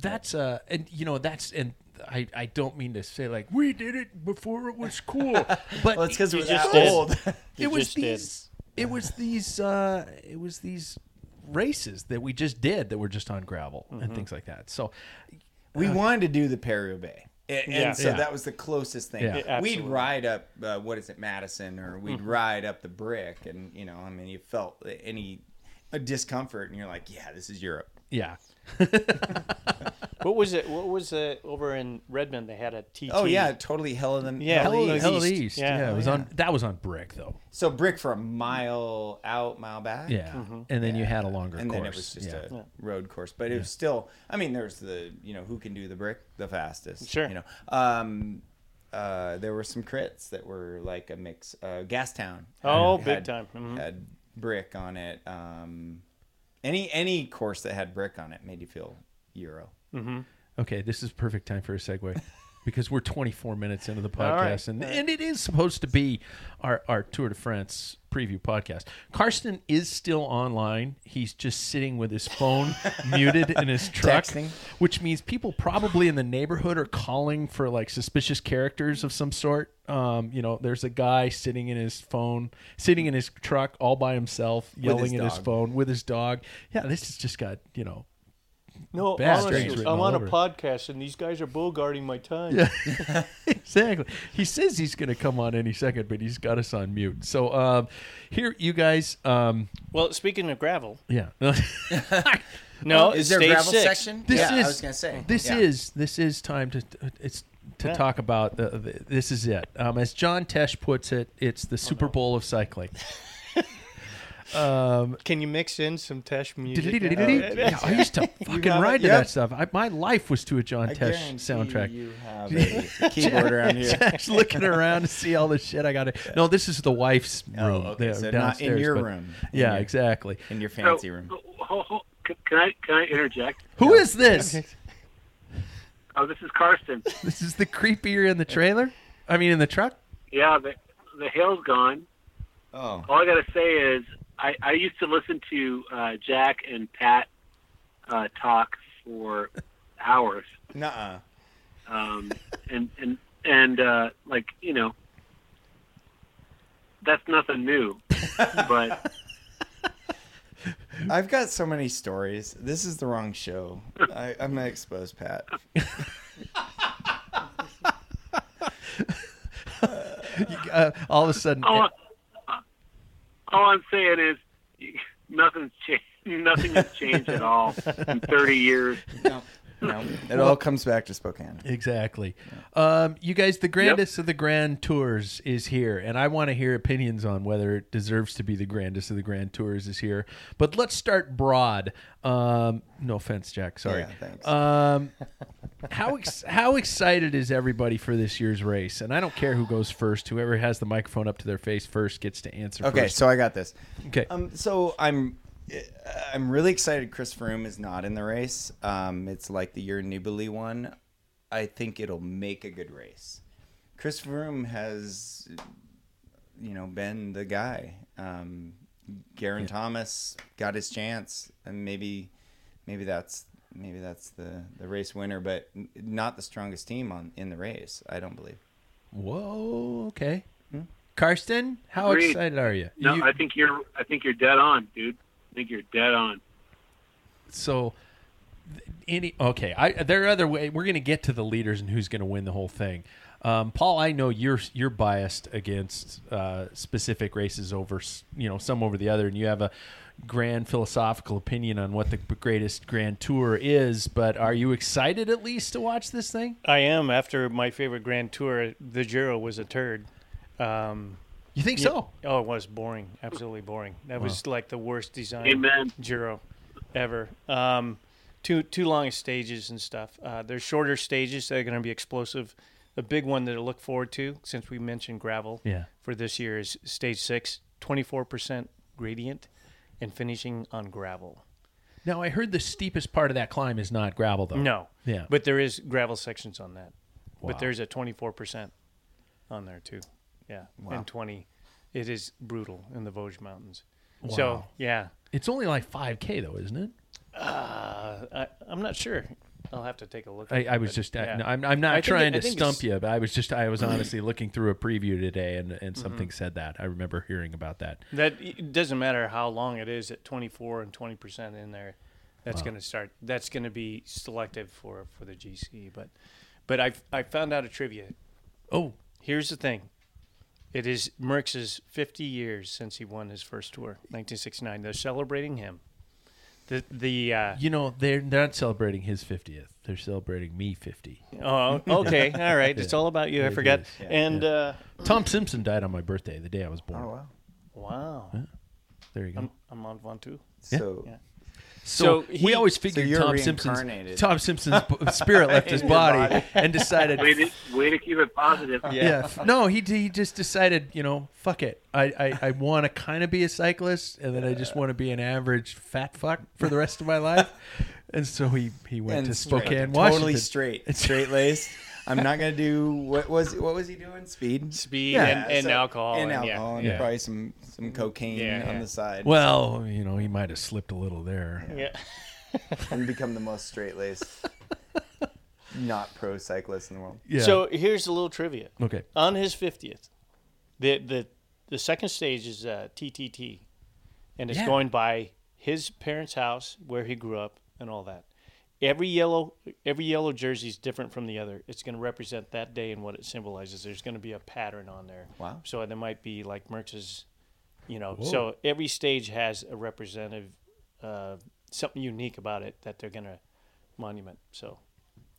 C: That's uh, and you know that's and I I don't mean to say like we did it before it was cool, but
D: well, it's because we're
E: just
D: that
E: did.
D: old.
C: it was
E: just did.
C: these it was these uh it was these races that we just did that were just on gravel and things like that so
D: we wanted to do the Perio Bay. uh, A- And,
E: Yeah.
D: so
C: Yeah.
D: that was the closest thing.
C: Yeah. Yeah,
D: We'd
E: absolutely.
D: ride up, uh, what is it, Madison, or we'd ride up the brick, and you know, I mean, you felt any uh discomfort, and you're like, yeah, this is Europe.
C: yeah
E: What was it? What was it over in Redmond? They had a TT.
D: Oh yeah, totally hell of the
E: Yeah,
D: hell of the
E: East.
C: hell of the east yeah,
E: Yeah.
C: it
E: Oh,
C: was on that was on brick though
D: So brick for a mile out, mile back.
C: yeah and then you had a longer
D: And
C: course
D: then it was just
C: yeah.
D: a road course, but it was still. I mean, there's the you know who can do the brick the fastest.
E: Sure.
D: You know, um, uh, there were some crits that were like a mix. Uh, Gastown.
E: Oh,
D: had-
E: big time. Mhm.
D: Had brick on it. Um, any any course that had brick on it made you feel Euro.
C: okay this is perfect time for a segue because we're 24 minutes into the podcast
E: right.
C: and, and it is supposed to be our, our tour de france preview podcast karsten is still online he's just sitting with his phone muted in his truck
D: Texting.
C: which means people probably in the neighborhood are calling for like suspicious characters of some sort. Um, you know, there's a guy sitting in his phone, sitting in his truck all by himself, yelling at his
D: dog.
C: phone with his dog. Yeah, this has just got you know.
E: No,
C: Bad strains
E: honestly,
C: written
E: I'm
C: all
E: on a
C: over it.
E: podcast and these guys are bullguarding my time.
C: Exactly. He says he's going to come on any second, but he's got us on mute. So um, here, you guys. Um,
E: Well, speaking of gravel,
C: yeah.
E: no,
D: Is there a
E: stage
D: gravel
E: six.
D: section?
C: This
D: yeah,
C: is
D: I was gonna say
C: this
D: Yeah.
C: is this is time to it's to
E: Yeah.
C: talk about the, the, this is it. Um, as John Tesh puts it, it's
D: Oh,
C: the Super Bowl of cycling.
E: Can you mix in some Tesh music? Uh,
C: Yeah, I used to fucking
D: got it.
C: ride to
D: Yep.
C: that stuff. I, my life was to a John
D: I
C: Tesh
D: guarantee
C: soundtrack.
D: You have a keyboard around here.
C: Just looking around to see all the shit I got. to- No, this is the wife's room.
D: Oh, okay,
C: there,
D: so not in
C: downstairs,
D: your
C: but-
D: room. In
C: Yeah,
D: your-
C: exactly.
D: in your
F: So,
D: fancy room.
F: ho- ho- can can I can I interject?
C: Who is this?
F: Oh, this is Karsten.
C: This is the creepier in the trailer. I mean, in the truck.
F: yeah, the the hail's gone.
D: Oh,
F: All I gotta say is I I used to listen to uh, Jack and Pat uh, talk for hours.
D: nuh-uh.
F: um, and and and uh, like you know, that's nothing new. But
D: I've got so many stories. This is the wrong show. I, I'm gonna expose Pat.
C: Uh, all of a sudden, e,
F: all, all I'm saying is nothing's changed. Nothing has changed at all in 30 years.
D: No, No, it all comes back to Spokane.
C: Exactly. Um, you guys, the grandest of the grand tours is here, and I want to hear opinions on whether it deserves to be the grandest of the grand tours is here. But let's start broad. Um, no offense, Jack. Sorry.
D: Yeah, thanks.
C: Um, how ex- how excited is everybody for this year's race? And I don't care who goes first. Whoever has the microphone up to their face first gets to answer.
D: okay,
C: first.
D: so I got this.
C: okay.
D: Um, so I'm eh, I'm really excited. Chris Froome is not in the race. Um, it's like the year Nibali won. I think it'll make a good race. Chris Froome has, you know, been the guy. Um, Garen Thomas got his chance, and maybe, maybe that's maybe that's the the race winner, but n- not the strongest team on in the race. I don't believe.
C: Whoa. Okay. Karsten, how
F: Hmm? Agreed.
C: excited are you?
F: No,
C: You-
F: I think you're I think you're dead on, dude. I think you're dead on.
C: so th- any okay i there are other way we're going to get to the leaders and who's going to win the whole thing um, paul i know you're you're biased against uh, specific races over s- you know some over the other and you have a grand philosophical opinion on what the greatest grand tour is but are you excited at least to watch this thing
E: I am after my favorite Grand Tour, the Giro was a turd. Um,
C: you think so
E: oh, it was boring, absolutely boring. That was like the worst design
F: Amen.
E: Giro ever. Um, too too long stages and stuff. Uh, there's shorter stages that are going to be explosive. The big one that I look forward to, since we mentioned gravel
C: Yeah.
E: for this year, is stage six, 24% gradient, and finishing on gravel.
C: now i heard the steepest part of that climb is not gravel though
E: No.
C: Yeah.
E: But there is gravel sections on that.
C: Wow.
E: But there's a 24% on there too. Yeah. And 20. It is brutal in the Vosges Mountains. So,
C: Wow.
E: yeah.
C: it's only like 5k though isn't it
E: Uh, I, I'm not sure. I'll have to take a look.
C: I,
E: at
C: I
E: it,
C: was
E: but
C: just,
E: yeah.
C: I, I'm, I'm not
E: I think it-
C: trying
E: I
C: to
E: think
C: stump
E: it's-
C: you, but I was just, I was honestly looking through a preview today and, and something said that. I remember hearing about that.
E: That it doesn't matter how long it is at 24 and 20% in there. That's going to start. That's going to be selective for for the GC. But but I I found out a trivia
C: Oh,
E: Here's the thing. It is Merckx's 50 years since he won his first tour, 1969. They're celebrating him. The the uh,
C: you know, they're not celebrating his 50th. They're celebrating me 50.
E: oh okay all right it's all about you I
C: It
E: forgot
C: is.
E: and Uh,
C: Tom Simpson died on my birthday, the day I was born.
E: wow
C: There you go.
E: I'm, I'm on Vontu.
D: So
C: so
E: So he-
C: we always
E: so
C: figured
D: you're
C: Tom Simpson's
D: reincarnated.
C: Tom Simpson's b- spirit left his body, and decided
F: Way to, way to keep it positive.
C: yeah. f- No, he d- he just decided, you know, fuck it. I I, I want to kind of be a cyclist, and then I just want to be an average fat fuck for the rest of my life. And so he he went to
D: straight.
C: Spokane, Washington.
D: Totally straight, straight laced. I'm not gonna do what was what was he doing? Speed,
E: Speed
D: Yeah,
E: and, and
D: so-
E: alcohol.
D: and
E: and, yeah.
D: alcohol, and
C: Yeah.
D: probably some some cocaine
E: Yeah,
D: on
E: yeah.
D: the side.
C: Well, you know, he might have slipped a little there.
E: Yeah.
D: and become the most straight laced, not pro cyclist in the world.
C: Yeah.
E: So here's a little trivia.
C: okay.
E: On his 50th, the the the second stage is uh, TTT, and it's
C: Yeah.
E: going by his parents' house where he grew up and all that. Every yellow every yellow jersey is different from the other. It's going to represent that day and what it symbolizes. There's going to be a pattern on there.
D: Wow.
E: So there might be like Merckx's, you know. So every stage has a representative, uh, something unique about it that they're going to monument. So,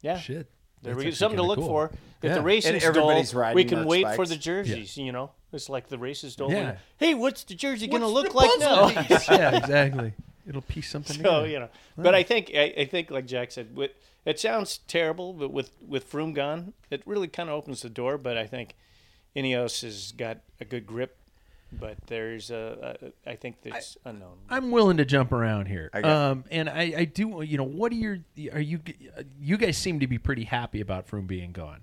E: yeah.
C: Shit.
E: There
C: That's
E: we go.
C: actually
E: Something to
C: kinda
E: look
C: cool.
E: for. If
C: Yeah.
E: the racing
D: And
E: stole,
D: everybody's riding
E: we can
D: Merc
E: wait for
D: spikes.
E: the jerseys. You know, it's like the racing stole.
C: Yeah.
E: Hey, what's the jersey going to look like now?
C: yeah, exactly. It'll piece something
E: so
C: together.
E: you know, but I think I, I think like Jack said, with, it sounds terrible, but with with Froome gone, it really kind of opens the door. But I think Ineos has got a good grip. But there's a, a I think there's unknown.
C: I'm willing to jump around here.
D: got it.
C: Um, and I, I do, you know, what are your, are you, you guys seem to be pretty happy about Froome being gone.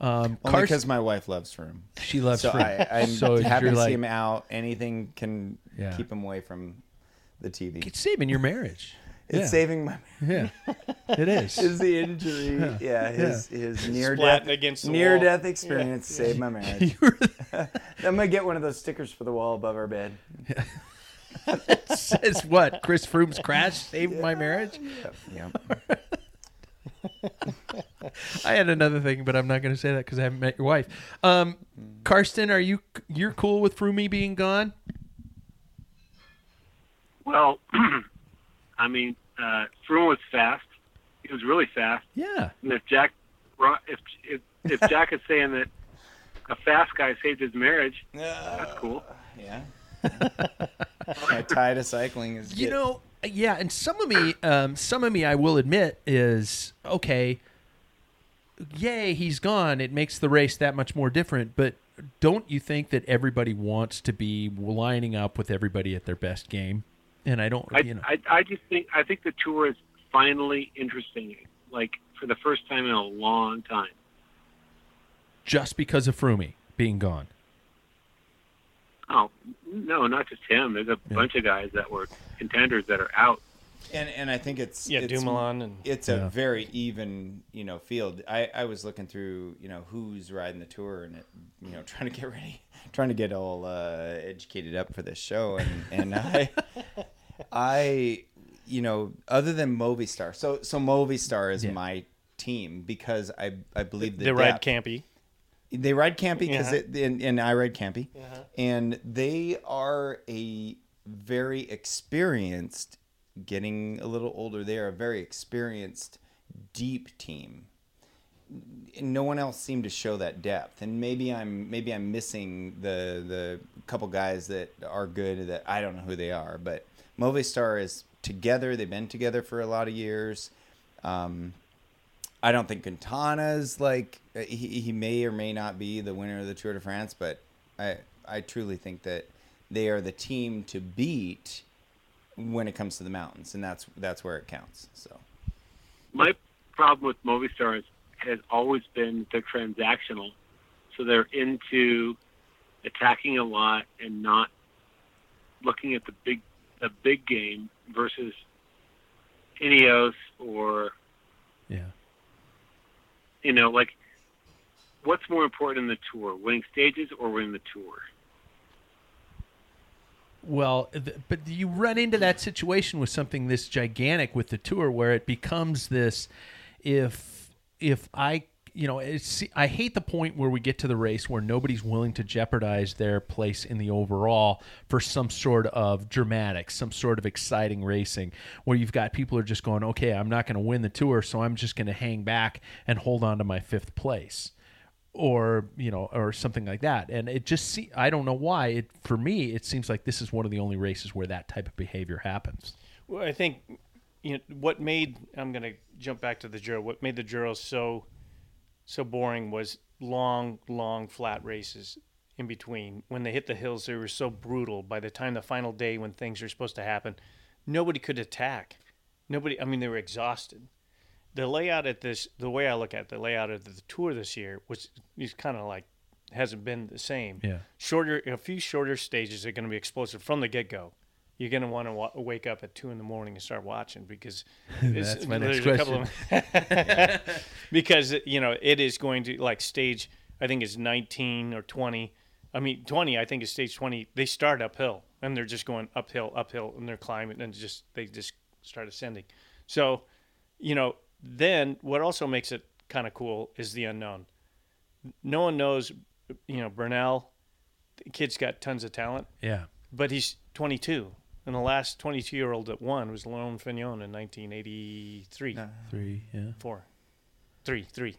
C: Um,
D: Only
C: Karsten-
D: because my wife loves Froome.
C: She loves
D: So
C: fruit.
D: I, I'm
C: so
D: happy
C: you're
D: to
C: like,
D: see him out. Anything can
C: Yeah.
D: keep him away from the TV.
C: It's saving your marriage.
D: It's
C: yeah.
D: saving my.
C: Yeah, it is.
D: Is the injury? Yeah, his his
E: Splatting
D: near death
E: against the
D: near
E: wall.
D: death experience saved my marriage. I'm gonna get one of those stickers for the wall above our bed.
C: Says what? Chris Froome's crash saved my marriage.
D: Yeah.
C: I had another thing, but I'm not going to say that because I haven't met your wife. Um, Karsten, are you you're cool with Froome being gone?
F: Well, I mean, uh, Froome was fast. He was really fast.
C: Yeah.
F: And if Jack, brought- if if, if Jack is saying that a fast guy saved his marriage, that's cool.
D: Yeah. My tie to cycling is
C: You
D: get-
C: know, yeah, and some of me, um, some of me, I will admit, is okay. Yay, he's gone. It makes the race that much more different. But don't you think that everybody wants to be lining up with everybody at their best game? And I don't,
F: I,
C: you know,
F: I I just think I think the tour is finally interesting, like for the first time in a long time.
C: just because of Froomey being gone.
F: Oh no, not just him. There's a bunch of guys that were contenders that are out.
D: and and I think it's
E: Yeah,
D: it's,
E: Dumoulin and-
D: it's a very even you know field. I I was looking through you know who's riding the tour and it, you know trying to get ready, trying to get all uh, educated up for this show and and I I you know other than Movistar, so so Movistar is my team because I I believe the
E: they ride
D: depth-
E: campy.
D: they ride campy because
E: Yeah.
D: and, and I ride campy, and they are a very experienced, getting a little older. They are a very experienced, deep team. And no one else seemed to show that depth, and maybe I'm maybe I'm missing the the couple guys that are good that I don't know who they are, but Movistar is together. They've been together for a lot of years. I don't think Quintana's like uh, he, he may or may not be the winner of the Tour de France, but I I truly think that they are the team to beat when it comes to the mountains, and that's that's where it counts. So
F: My problem with Movistar is, has always been they're transactional, so they're into attacking a lot and not looking at the big the big game versus Ineos or
C: Yeah.
F: you know like what's more important in the tour, winning stages or winning the tour?
C: Well, th- but you run into that situation with something this gigantic with the tour, where it becomes this. If if I you know it's, I hate the point where we get to the race where nobody's willing to jeopardize their place in the overall for some sort of dramatic, some sort of exciting racing, where you've got people who are just going, okay, I'm not going to win the tour, so I'm just going to hang back and hold on to my fifth place or you know or something like that and it just see i don't know why it for me it seems like this is one of the only races where that type of behavior happens
E: Well, I think you know what made I'm going to jump back to the Giro. What made the Giro so so boring was long, long flat races in between. When they hit the hills, they were so brutal. By the time the final day, when things are supposed to happen, nobody could attack. Nobody. I mean, they were exhausted. The layout at this, the way I look at it, the layout of the tour this year, was is kind of like hasn't been the same.
C: Yeah.
E: Shorter, a few shorter stages are going to be explosive from the get go. You're going to want to wa- wake up at two in the morning and start watching because it's-
C: That's my next
E: there's a couple of- because you know it is going to like stage. I think it's 19 or 20. I mean 20. I think it's stage 20. They start uphill and they're just going uphill, uphill, and they're climbing and just they just start ascending. So, you know, then what also makes it kind of cool is the unknown. No one knows. You know, Burnell, the kid's got tons of talent
C: yeah
E: but he's 22. And the last 22 year old that won was Lone Fignon in 1983.
C: three yeah
E: Four. Three. Three.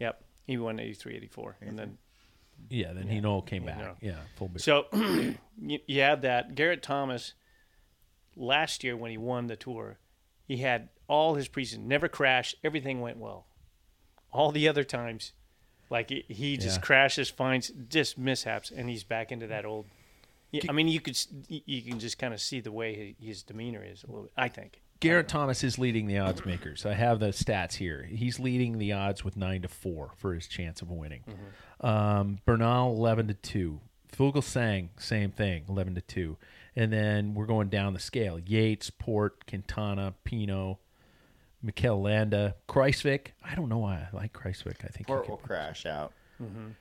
E: Yep. He won 83, 84. And then,
C: yeah then he all came back
E: no.
C: yeah full beard.
E: so you, you have that. Garrett Thomas, last year when he won the tour, he had all his preseason, never crashed. Everything went well. All the other times, like he, he just
C: Yeah.
E: crashes, finds just mishaps, and he's back into that old. Yeah, I mean, you could s- y- you can just kind of see the way hi- his demeanor is a little. bit, I think.
C: garrett thomas is leading the odds makers i have the stats here he's leading the odds with nine to four for his chance of winning um, bernal 11 to 2 Fuglsang, same thing, 11 to 2. And then we're going down the scale. Yates, Port, Quintana, Pino, Mikel Landa, Kreisvik. I don't know why I like Kreisvik. I think he
D: Port
C: could-
D: will crash out.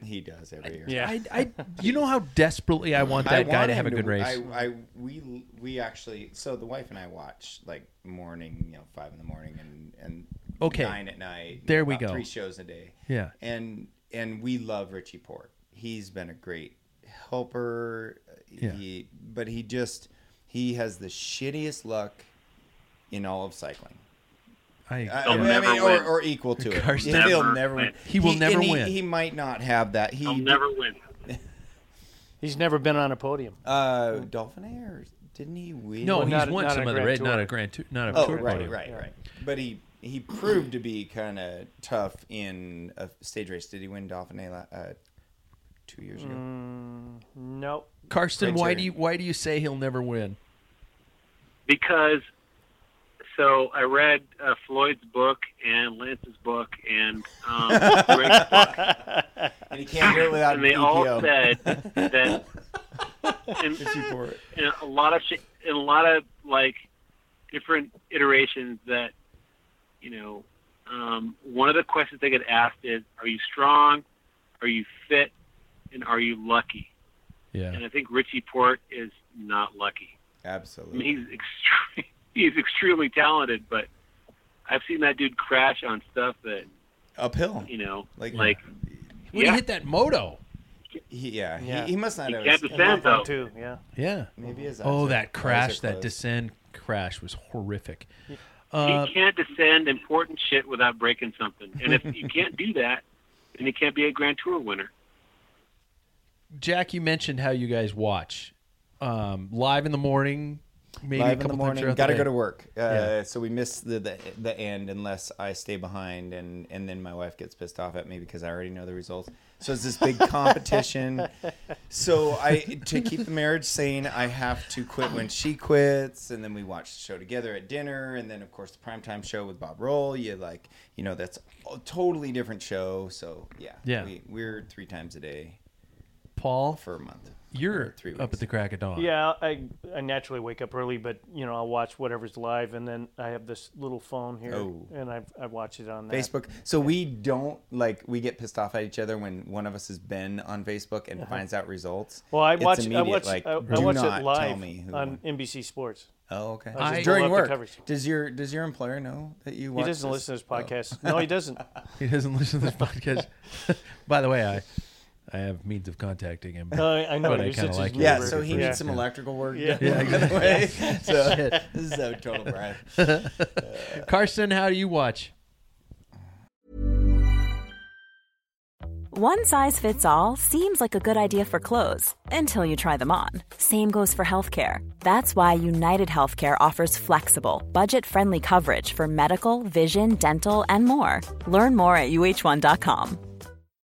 D: He does every year.
E: Yeah.
C: I, I, you know how desperately I want that guy
D: want
C: to have a
D: him
C: good race.
D: I, I, we, we actually. So the wife and I watch like morning, you know, five in the morning and and
C: Okay.
D: nine at night.
C: There we
D: about
C: go.
D: Three shows a day.
C: Yeah.
D: And and we love Richie Port. He's been a great helper.
C: Yeah.
D: He, but he just he has the shittiest luck in all of cycling.
C: I
D: I,
F: They'll
D: I mean,
F: never
D: or,
F: win.
D: or equal to it.
C: Carson-
D: Yeah, He'll
F: Never
D: never win.
F: win.
C: He will never
D: and he,
C: win.
D: He might not have that. He
F: They'll never win.
E: He's never been on a podium.
D: uh, Dauphiné or didn't he win?
C: no,
E: Well,
C: he's
E: not-
C: won
E: not a
C: some other
E: Grand
C: red, not
E: Tour.
C: a grand tour, not a
D: Oh,
C: tour
D: right,
C: podium.
D: right, right. But he he proved to be kind of tough in a stage race. Did he win Dauphiné la- uh, two years ago?
E: Nope.
C: Karsten, why
D: Criterion.
C: do you why do you say he'll never win?
F: because so I read uh, Floyd's book and Lance's book and um, Rick's book,
D: And he can't do it without
F: and they
D: an
F: all
D: EPO.
F: said that in, in a lot of sh- in a lot of like different iterations that you know um, one of the questions they get asked is are you strong are you fit and are you lucky
C: Yeah.
F: and I think Richie Port is not lucky I
D: Absolutely.
F: mean, he's extreme, he's extremely talented, but I've seen that dude crash on stuff that
D: Uphill.
F: you know,
D: Like-
F: like,
C: When
F: yeah,
C: he hit that moto.
D: He, yeah,
E: Yeah.
D: He, he must not
F: he
D: have.
F: can't
D: his-
F: defend though.
E: Two, yeah.
C: Yeah.
D: Maybe his eyes are-
C: Oh,
D: eyes
C: that
D: are
C: crash, that
D: closed.
C: descend crash was horrific.
F: he can't descend important shit without breaking something, and if you can't do that, then you can't be a Grand Tour winner.
C: Jack, you mentioned how you guys watch um, live in the morning, maybe a
D: Live in
C: couple
D: the
C: times
D: morning.
C: throughout
D: Got to
C: the
D: go to
C: day.
D: work. Uh,
C: Yeah.
D: So we miss the, the the end unless I stay behind, and and then my wife gets pissed off at me because I already know the results. So it's this big competition. so I to keep the marriage sane, I have to quit when she quits, and then we watch the show together at dinner, and then of course the primetime show with Bob Roll. You like, you know, that's a totally different show. So yeah,
C: Yeah.
D: we, we're three times a day
C: Paul,
D: for a month.
C: you're
D: three
C: up
D: weeks.
C: at the crack of dawn.
E: Yeah, I I naturally wake up early, but you know I'll watch whatever's live, and then I have this little phone here,
D: Oh.
E: and I I watch it on that.
D: Facebook. So we don't like we get pissed off at each other when one of us has been on Facebook and finds out results.
E: Uh-huh. Well, I
D: It's
E: watch I
D: immediate,
E: watch
D: like,
E: I, I
D: do
E: watch
D: not
E: it live
D: tell me who
E: on
D: won.
E: NBC Sports.
D: Oh, okay.
E: I just
D: during
E: pull up the
D: work.
E: coverage.
D: Does your does your employer know that you watch
E: he doesn't
D: this?
E: listen to this podcast. No, he doesn't.
C: He doesn't listen to this podcast. By the way, I I have means of contacting him.
E: Uh, I know.
C: But I
E: you're
C: kinda
E: such
C: like
E: a
C: it.
D: Yeah,
C: Work
E: loser.
D: so he
C: first,
D: needs some
C: yeah.
D: electrical work
E: Yeah.
D: done by the way. So this is so total Brian.
C: Carson, how do you watch?
G: One size fits all seems like a good idea for clothes until you try them on. Same goes for healthcare. That's why United Healthcare offers flexible, budget friendly coverage for medical, vision, dental, and more. Learn more at uh1.com.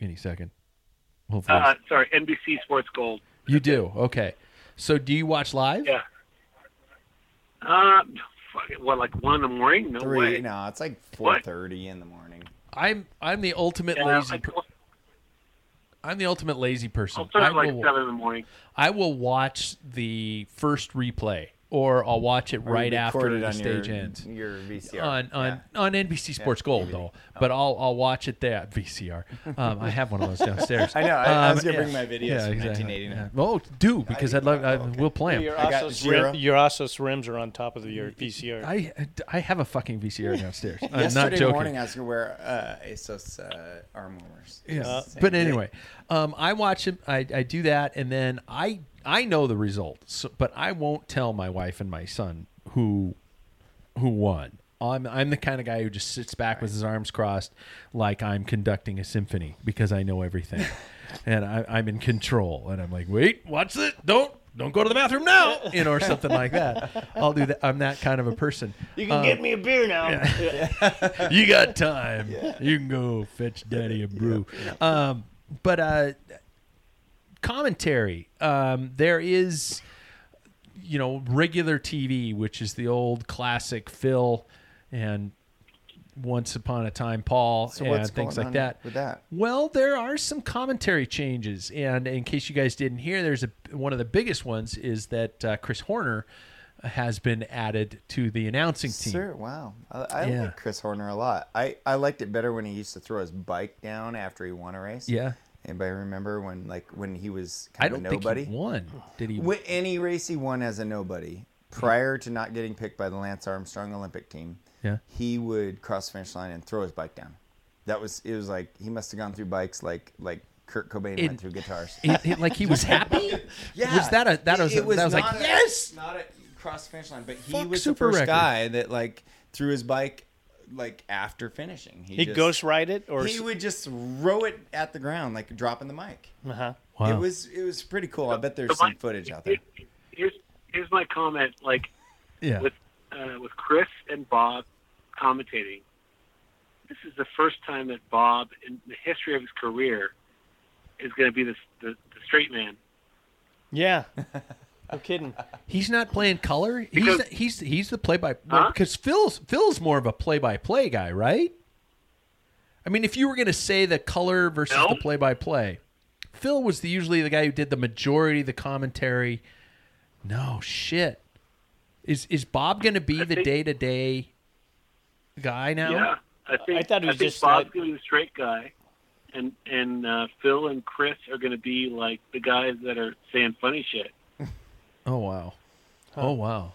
C: Any second. Hopefully.
F: Uh, sorry, NBC Sports Gold.
C: you do. Okay. So do you watch live?
F: Yeah. Uh, fuck it, what like one in the morning? No
D: Three
F: way.
D: no, it's like four thirty in the morning.
C: I'm I'm the ultimate
F: Yeah,
C: lazy
F: like,
C: per- I'm the ultimate lazy person.
F: I'll start
C: I
F: at like
C: will-
F: seven in the morning.
C: I will watch the first replay, or I'll watch it right
D: Record
C: after
D: it
C: the
D: on
C: stage
D: your,
C: ends
D: Your VCR.
C: on on, on NBC Sports Gold though.
D: Oh.
C: But I'll I'll watch it there VCR. Um, I have one of those downstairs.
D: I know, I- I was
C: Um,
D: gonna bring my videos from
C: exactly.
D: 1989.
C: Yeah. Oh, do because I'd love. I, We'll play them.
E: Your
D: I got
E: Asos,
D: zero.
E: rim, your Asos rims are on top of your PCR.
C: I I have a fucking VCR downstairs. I'm
D: Yesterday
C: Uh, not joking.
D: morning I was gonna wear uh ASOS uh, arm warmers.
C: Yeah.
D: Just saying.
C: but anyway, um, I watch him. I, I do that, and then I I know the results, so- but I won't tell my wife and my son who who won. I'm I'm the kind of guy who just sits back with his arms crossed, like I'm conducting a symphony because I know everything, and I, I'm in control. And I'm like, wait, watch this. Don't don't go to the bathroom now, you know, or something like that. I'll do that. I'm that kind of a person.
E: you can get me a beer now.
C: you got time. You can go fetch daddy a brew. Um, but uh, commentary. Um, there is, you know, regular TV, which is the old classic Phil and Once Upon a Time Paul
D: So
C: and
D: what's
C: things
D: going
C: like
D: on
C: that.
D: with that?
C: Well, there are some commentary changes, and in case you guys didn't hear, there's a one of the biggest ones is that uh, Chris Horner has been added to the announcing team.
D: Sure, wow. I, I
C: Yeah.
D: like Chris Horner a lot. I, I liked it better when he used to throw his bike down after he won a race.
C: Yeah.
D: Anybody remember when like when he was
C: I
D: kind
C: don't
D: of a nobody?
C: think he won. Did he?
D: Wi- any race he won as a nobody, prior to not getting picked by the Lance Armstrong Olympic team,
C: Yeah.
D: he would cross the finish line and throw his bike down. That was it. Was like he must have gone through bikes like like Kurt Cobain
C: It-
D: went through guitars.
C: He- he- like he was happy.
D: Yeah,
C: Was that a that
D: It-
C: was,
D: it
C: that was like
D: not a-
C: yes?
D: not a cross the finish line, but he
C: Fuck
D: was
C: super
D: the first
C: record.
D: guy that like threw his bike like after finishing.
E: He
D: just-
E: ghost ride it or
D: he would just row it at the ground like dropping the mic.
E: uh-huh.
C: Wow.
D: It was it was pretty cool. I bet there's some footage out there.
F: Here's here's my comment. Like
C: yeah.
F: with uh, with Chris and Bob commentating. This is the first time that Bob, in the history of his career, is going to be the, the the straight man.
E: Yeah. No kidding.
C: He's not playing color.
F: Because-
C: he's he's he's the play by
F: Huh?
C: because Phil's Phil's more of a play by play guy, right? I mean, if you were going to say the color versus
F: No.
C: the play by play, Phil was the, usually the guy who did the majority of the commentary. No shit. Is is Bob going to be the
F: think-
C: day to day guy now?
F: Yeah, I think
E: I thought it was
F: think
E: just
F: Bob's
E: that-
F: going to be the straight guy, and and uh, Phil and Chris are going to be like the guys that are saying funny shit.
C: Oh wow. Oh wow.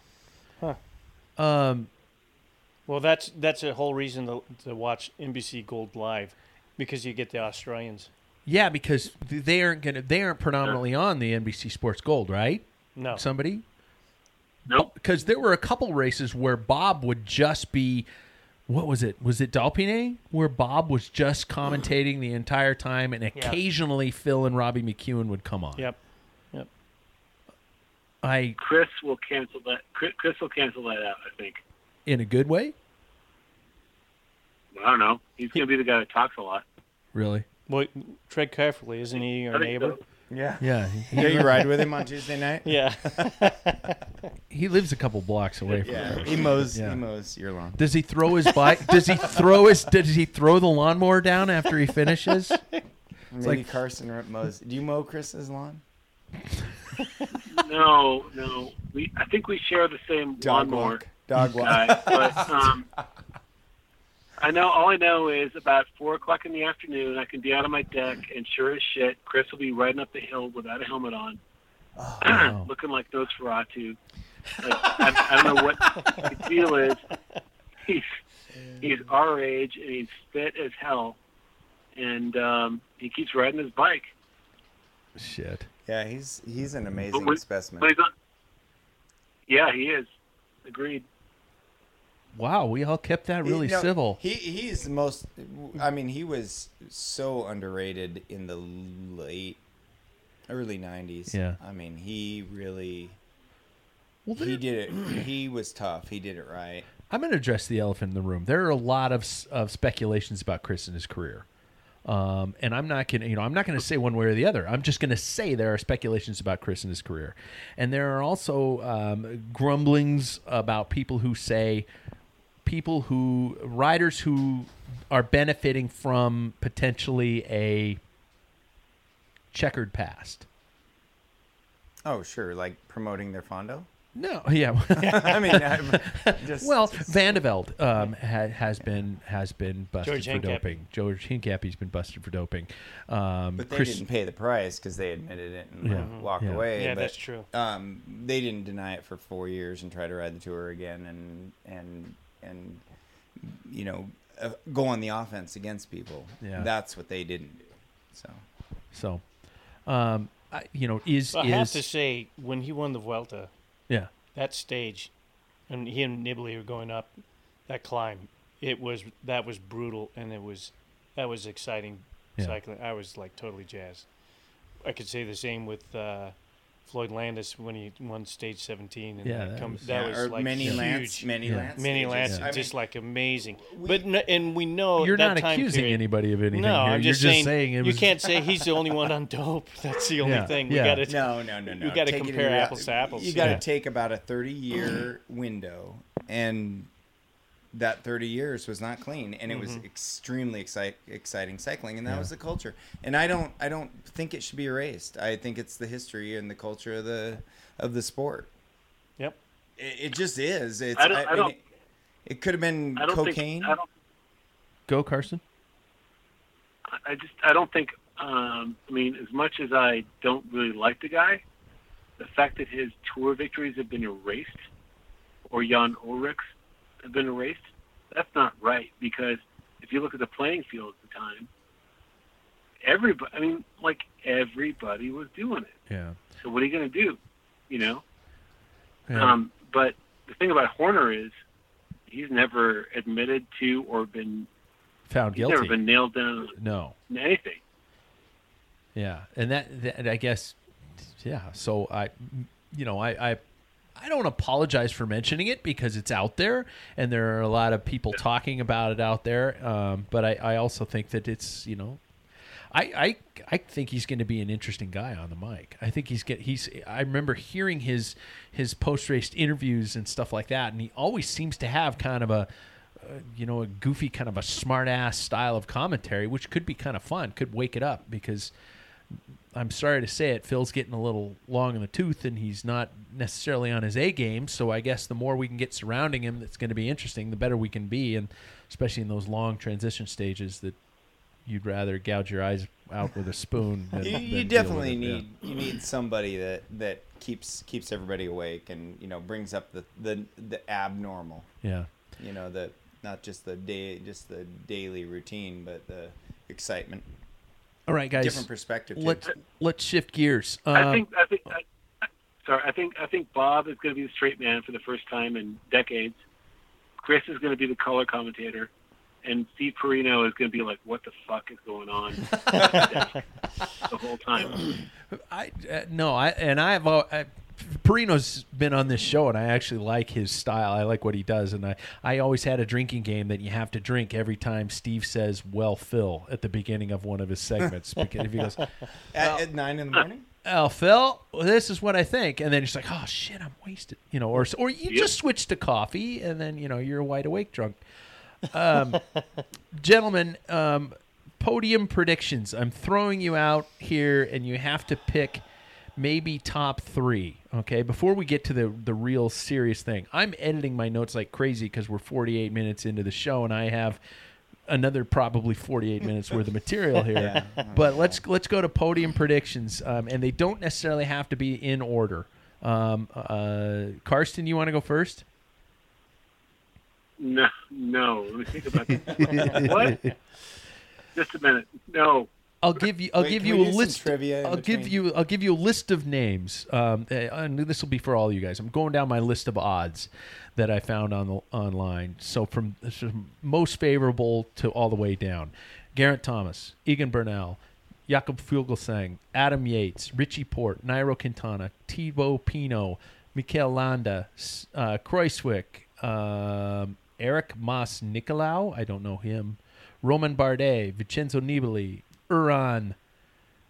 E: Well, that's that's a whole reason to, to watch NBC Gold Live because you get the Australians.
C: Yeah, because th- they aren't going to they aren't predominantly on the NBC Sports Gold, right?
E: No.
C: Somebody
F: Oh. Nope.
C: because there were a couple races where Bob would just be, what was it? Was it Dalpine where Bob was just commentating the entire time, and occasionally Phil and Robbie McEwen would come on.
E: Yep.
C: I
F: Chris will cancel that. Chris, Chris will cancel that out. I think.
C: in a good way,
F: I don't know. He's going to be the guy that talks a lot.
C: really.
E: Well, tread carefully, isn't he your
F: I think
E: neighbor?
F: so.
D: Yeah.
C: Yeah,
D: Yeah, you ride with him on Tuesday night.
E: Yeah.
C: he lives a couple blocks away from.
D: Yeah, he mows.
C: Yeah.
D: He mows year long.
C: Does he throw his bike? Does he throw his? Does he throw the lawnmower down after he finishes?
D: Maybe
C: like-
D: Carson r- mows. Do you mow Chris's lawn?
F: No, no. We I think we share the same
D: Dog
F: lawnmower
D: walk. Dog walk.
F: guy, but um, I know all I know is about four o'clock in the afternoon. I can be out on my deck, and sure as shit, Chris will be riding up the hill without a helmet on, looking like Nosferatu. Like, I, I don't know what the deal is. He's he's our age, and he's fit as hell, and um, he keeps riding his bike.
C: Shit.
D: Yeah, he's he's an
F: But
D: amazing
F: when-
D: specimen.
F: when he's on- yeah, he is. Agreed.
C: Wow, we all kept that really
D: He- no,
C: civil.
D: He he's the most. I mean, he was so underrated in the late, early '90s.
C: Yeah.
D: I mean, he really
C: Well,
D: he
C: there-
D: did it. He was tough. He did it right.
C: I'm going to address the elephant in the room. There are a lot of s- of speculations about Chris and his career, um, and I'm not going to you know I'm not going to say one way or the other. I'm just going to say there are speculations about Chris and his career, and there are also um, grumblings about people who say people who riders who are benefiting from potentially a checkered past.
D: Oh sure, like promoting their fondo.
C: No, yeah.
D: I mean, I'm just
C: Well, Vandeveld um, ha- has been has been busted
E: George
C: for
E: Hincapie.
C: doping. George Hincapie's been busted for doping. Um,
D: But they
C: Chris,
D: didn't pay the price because they admitted it and like, walked
C: Yeah.
D: away.
E: Yeah,
D: but,
E: that's true.
D: Um, they didn't deny it for four years and try to ride the tour again and and and you know uh, go on the offense against people.
C: Yeah.
D: that's what they didn't do. So
C: so, um, I, you know, is
E: I
C: is
E: have to say, when he won the Vuelta,
C: yeah.
E: that stage, and he and Nibley are going up that climb. It was that was brutal, and it was that was exciting
C: Yeah.
E: cycling. I was like totally jazzed. I could say the same with uh, Floyd Landis when he won stage seventeen, and
C: Yeah,
E: that,
C: that
E: come,
C: was-
E: that
D: Yeah,
E: was
D: or
E: like
D: many
E: huge.
D: Lance, many
C: Yeah.
D: Lance,
E: Many
D: stages.
E: Lance,
D: I mean,
E: just like amazing, but no, and we know
C: You're
E: that
C: not
E: time
C: accusing
E: period-
C: anybody of anything.
E: No,
C: here.
E: I'm
C: You're
E: just
C: just
E: saying,
C: it
E: you
C: was,
E: can't say he's the only one on dope. That's the only
C: Yeah,
E: thing we
C: yeah.
E: got to
D: no, no, no, no.
E: You got to
D: Take it in
E: compare
D: real-
E: apples to apples.
D: You got to
E: yeah.
D: take about a thirty-year window, and that thirty years was not clean, and it was
E: Mm-hmm.
D: extremely excite, exciting cycling, and that was the culture. And I don't, I don't think it should be erased. I think it's the history and the culture of the of the sport.
E: Yep.
D: It, it just is. It's,
F: I don't- I don't-
D: it, it could have been
F: I don't
D: cocaine.
F: think I don't.
C: Go, Carson.
F: I- I just I don't think. Um, I mean, as much as I don't really like the guy, the fact that his tour victories have been erased, or Jan Ulrich's have been erased, that's not right. Because if you look at the playing field at the time, everybody, I mean, like everybody was doing it.
C: Yeah.
F: So what are you going to do? You know.
C: Yeah.
F: Um, but the thing about Horner is he's never admitted to or been
C: Found
F: he's
C: guilty.
F: never been nailed down
C: no.
F: on anything.
C: Yeah, and that, that I guess, yeah. So I, you know, I, I, I don't apologize for mentioning it because it's out there, and there are a lot of people talking about it out there. Um, but I, I also think that it's, you know, I, I, I think he's going to be an interesting guy on the mic. I think he's get he's. I remember hearing his his post race interviews and stuff like that, and he always seems to have kind of a you know, a goofy kind of a smart ass style of commentary, which could be kind of fun, could wake it up because I'm sorry to say it, Phil's getting a little long in the tooth and he's not necessarily on his A game. So I guess the more we can get surrounding him that's going to be interesting, the better we can be. And especially in those long transition stages that you'd rather gouge your eyes out with a spoon. Than,
D: you,
C: than
D: you
C: deal with
D: definitely
C: it. Yeah.
D: need you need somebody that that keeps keeps everybody awake and you know brings up the the the abnormal
C: yeah.
D: you know the not just the day just the daily routine but the excitement
C: All right, guys.
D: different perspective too.
C: Let's let's shift gears. Um,
F: I think I think I, I- sorry, I think I think Bob is going to be the straight man for the first time in decades. Chris is going to be the color commentator, and Steve Perino is going to be like, "What the fuck is going on?" the whole time.
C: I uh, no, I and I've al- I, Perino's been on this show, and I actually like his style. I like what he does, and I I always had a drinking game that you have to drink every time Steve says "Well, Phil" at the beginning of one of his segments because if he goes,
D: at, at nine in the morning
C: "Oh, Phil, this is what I think," and then he's like, "Oh shit, I'm wasted," you know, or or you just switch to coffee, and then you know you're wide awake drunk. Um, gentlemen, um, podium predictions. I'm throwing you out here, and you have to pick maybe top three. Okay, before we get to the the real serious thing, I'm editing my notes like crazy because we're 48 minutes into the show, and I have another probably 48 minutes worth of material here. But let's let's go to podium predictions, um, and they don't necessarily have to be in order. Um, uh, Karsten, you want to go first?
F: No, no. Let me think about this. what? Just a minute. No.
C: I'll give you. I'll
D: Wait,
C: give
D: can
C: you
D: we
C: a
D: do some
C: list.
D: trivia in
C: I'll give
D: between?
C: you. I'll give you a list of names. Um, eh, and this will be for all you guys. I'm going down my list of odds that I found on the, online. So from, from most favorable to all the way down: Garrett Thomas, Egan Bernal, Jakob Fuglsang, Adam Yates, Richie Port, Nairo Quintana, Tebow Pino, Mikel Landa, S- uh, Kreiswick, um, Eric Mas Nicolau. I don't know him. Roman Bardet, Vincenzo Nibali, Uran,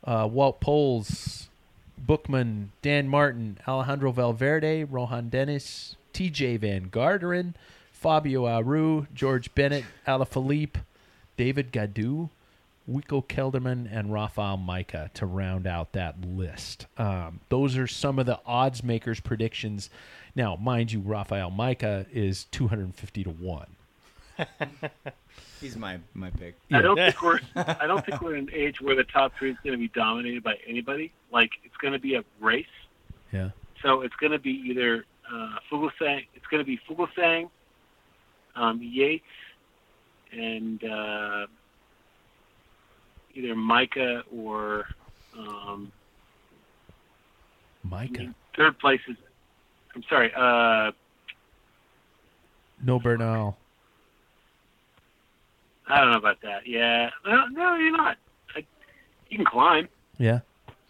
C: uh, Walt Poles, Bookman, Dan Martin, Alejandro Valverde, Rohan Dennis, TJ Van Garderen, Fabio Aru, George Bennett, Alaphilippe, David Gadu, Wico Kelderman, and Rafael Micah to round out that list. Um, those are some of the odds makers' predictions. Now, mind you, Rafael Micah is 250 to 1.
D: he's my my pick
F: I don't think we're I don't think we're in an age where the top three is going to be dominated by anybody. Like it's going to be a race.
C: Yeah.
F: So it's going to be either uh, Fuglesang. It's going to be Fuglesang, um, Yates, and uh, either Micah or um,
C: Micah.
F: third place is. I'm sorry. Uh,
C: No Bernal.
F: I don't know about that. Yeah. No, no you're not. I, you can climb.
C: Yeah.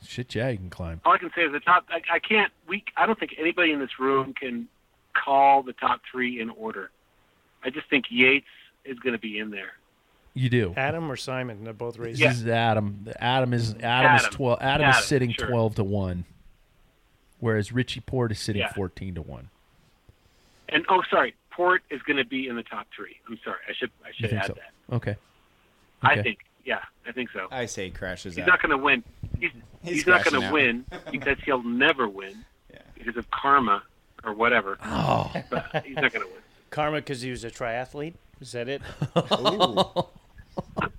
C: Shit, yeah, you can climb.
F: All I can say is the top. I, I can't. We. I don't think anybody in this room can call the top three in order. I just think Yates is going to be in there.
C: You do.
E: Adam or Simon, they're both racing.
C: This is Adam. Adam is Adam, is
F: Adam.
C: twelve. Adam, is
F: Adam,
C: sitting
F: sure.
C: twelve to one, whereas Richie Port is sitting
F: Yeah.
C: fourteen to one.
F: And oh, sorry, Port is going to be in the top three. I'm sorry, I should I
C: You
F: should
C: think
F: add
C: so?
F: that.
C: Okay. Okay.
F: I think, yeah, I think so.
D: i say he crashes
F: he's
D: out
F: not going to win. He's,
D: He's
F: he's, not going
D: crashing
F: to
D: out.
F: win because he'll never win
D: Yeah.
F: because of karma or whatever. Oh, but he's not gonna win.
E: Karma because he was a triathlete. Is that it?
F: Oh,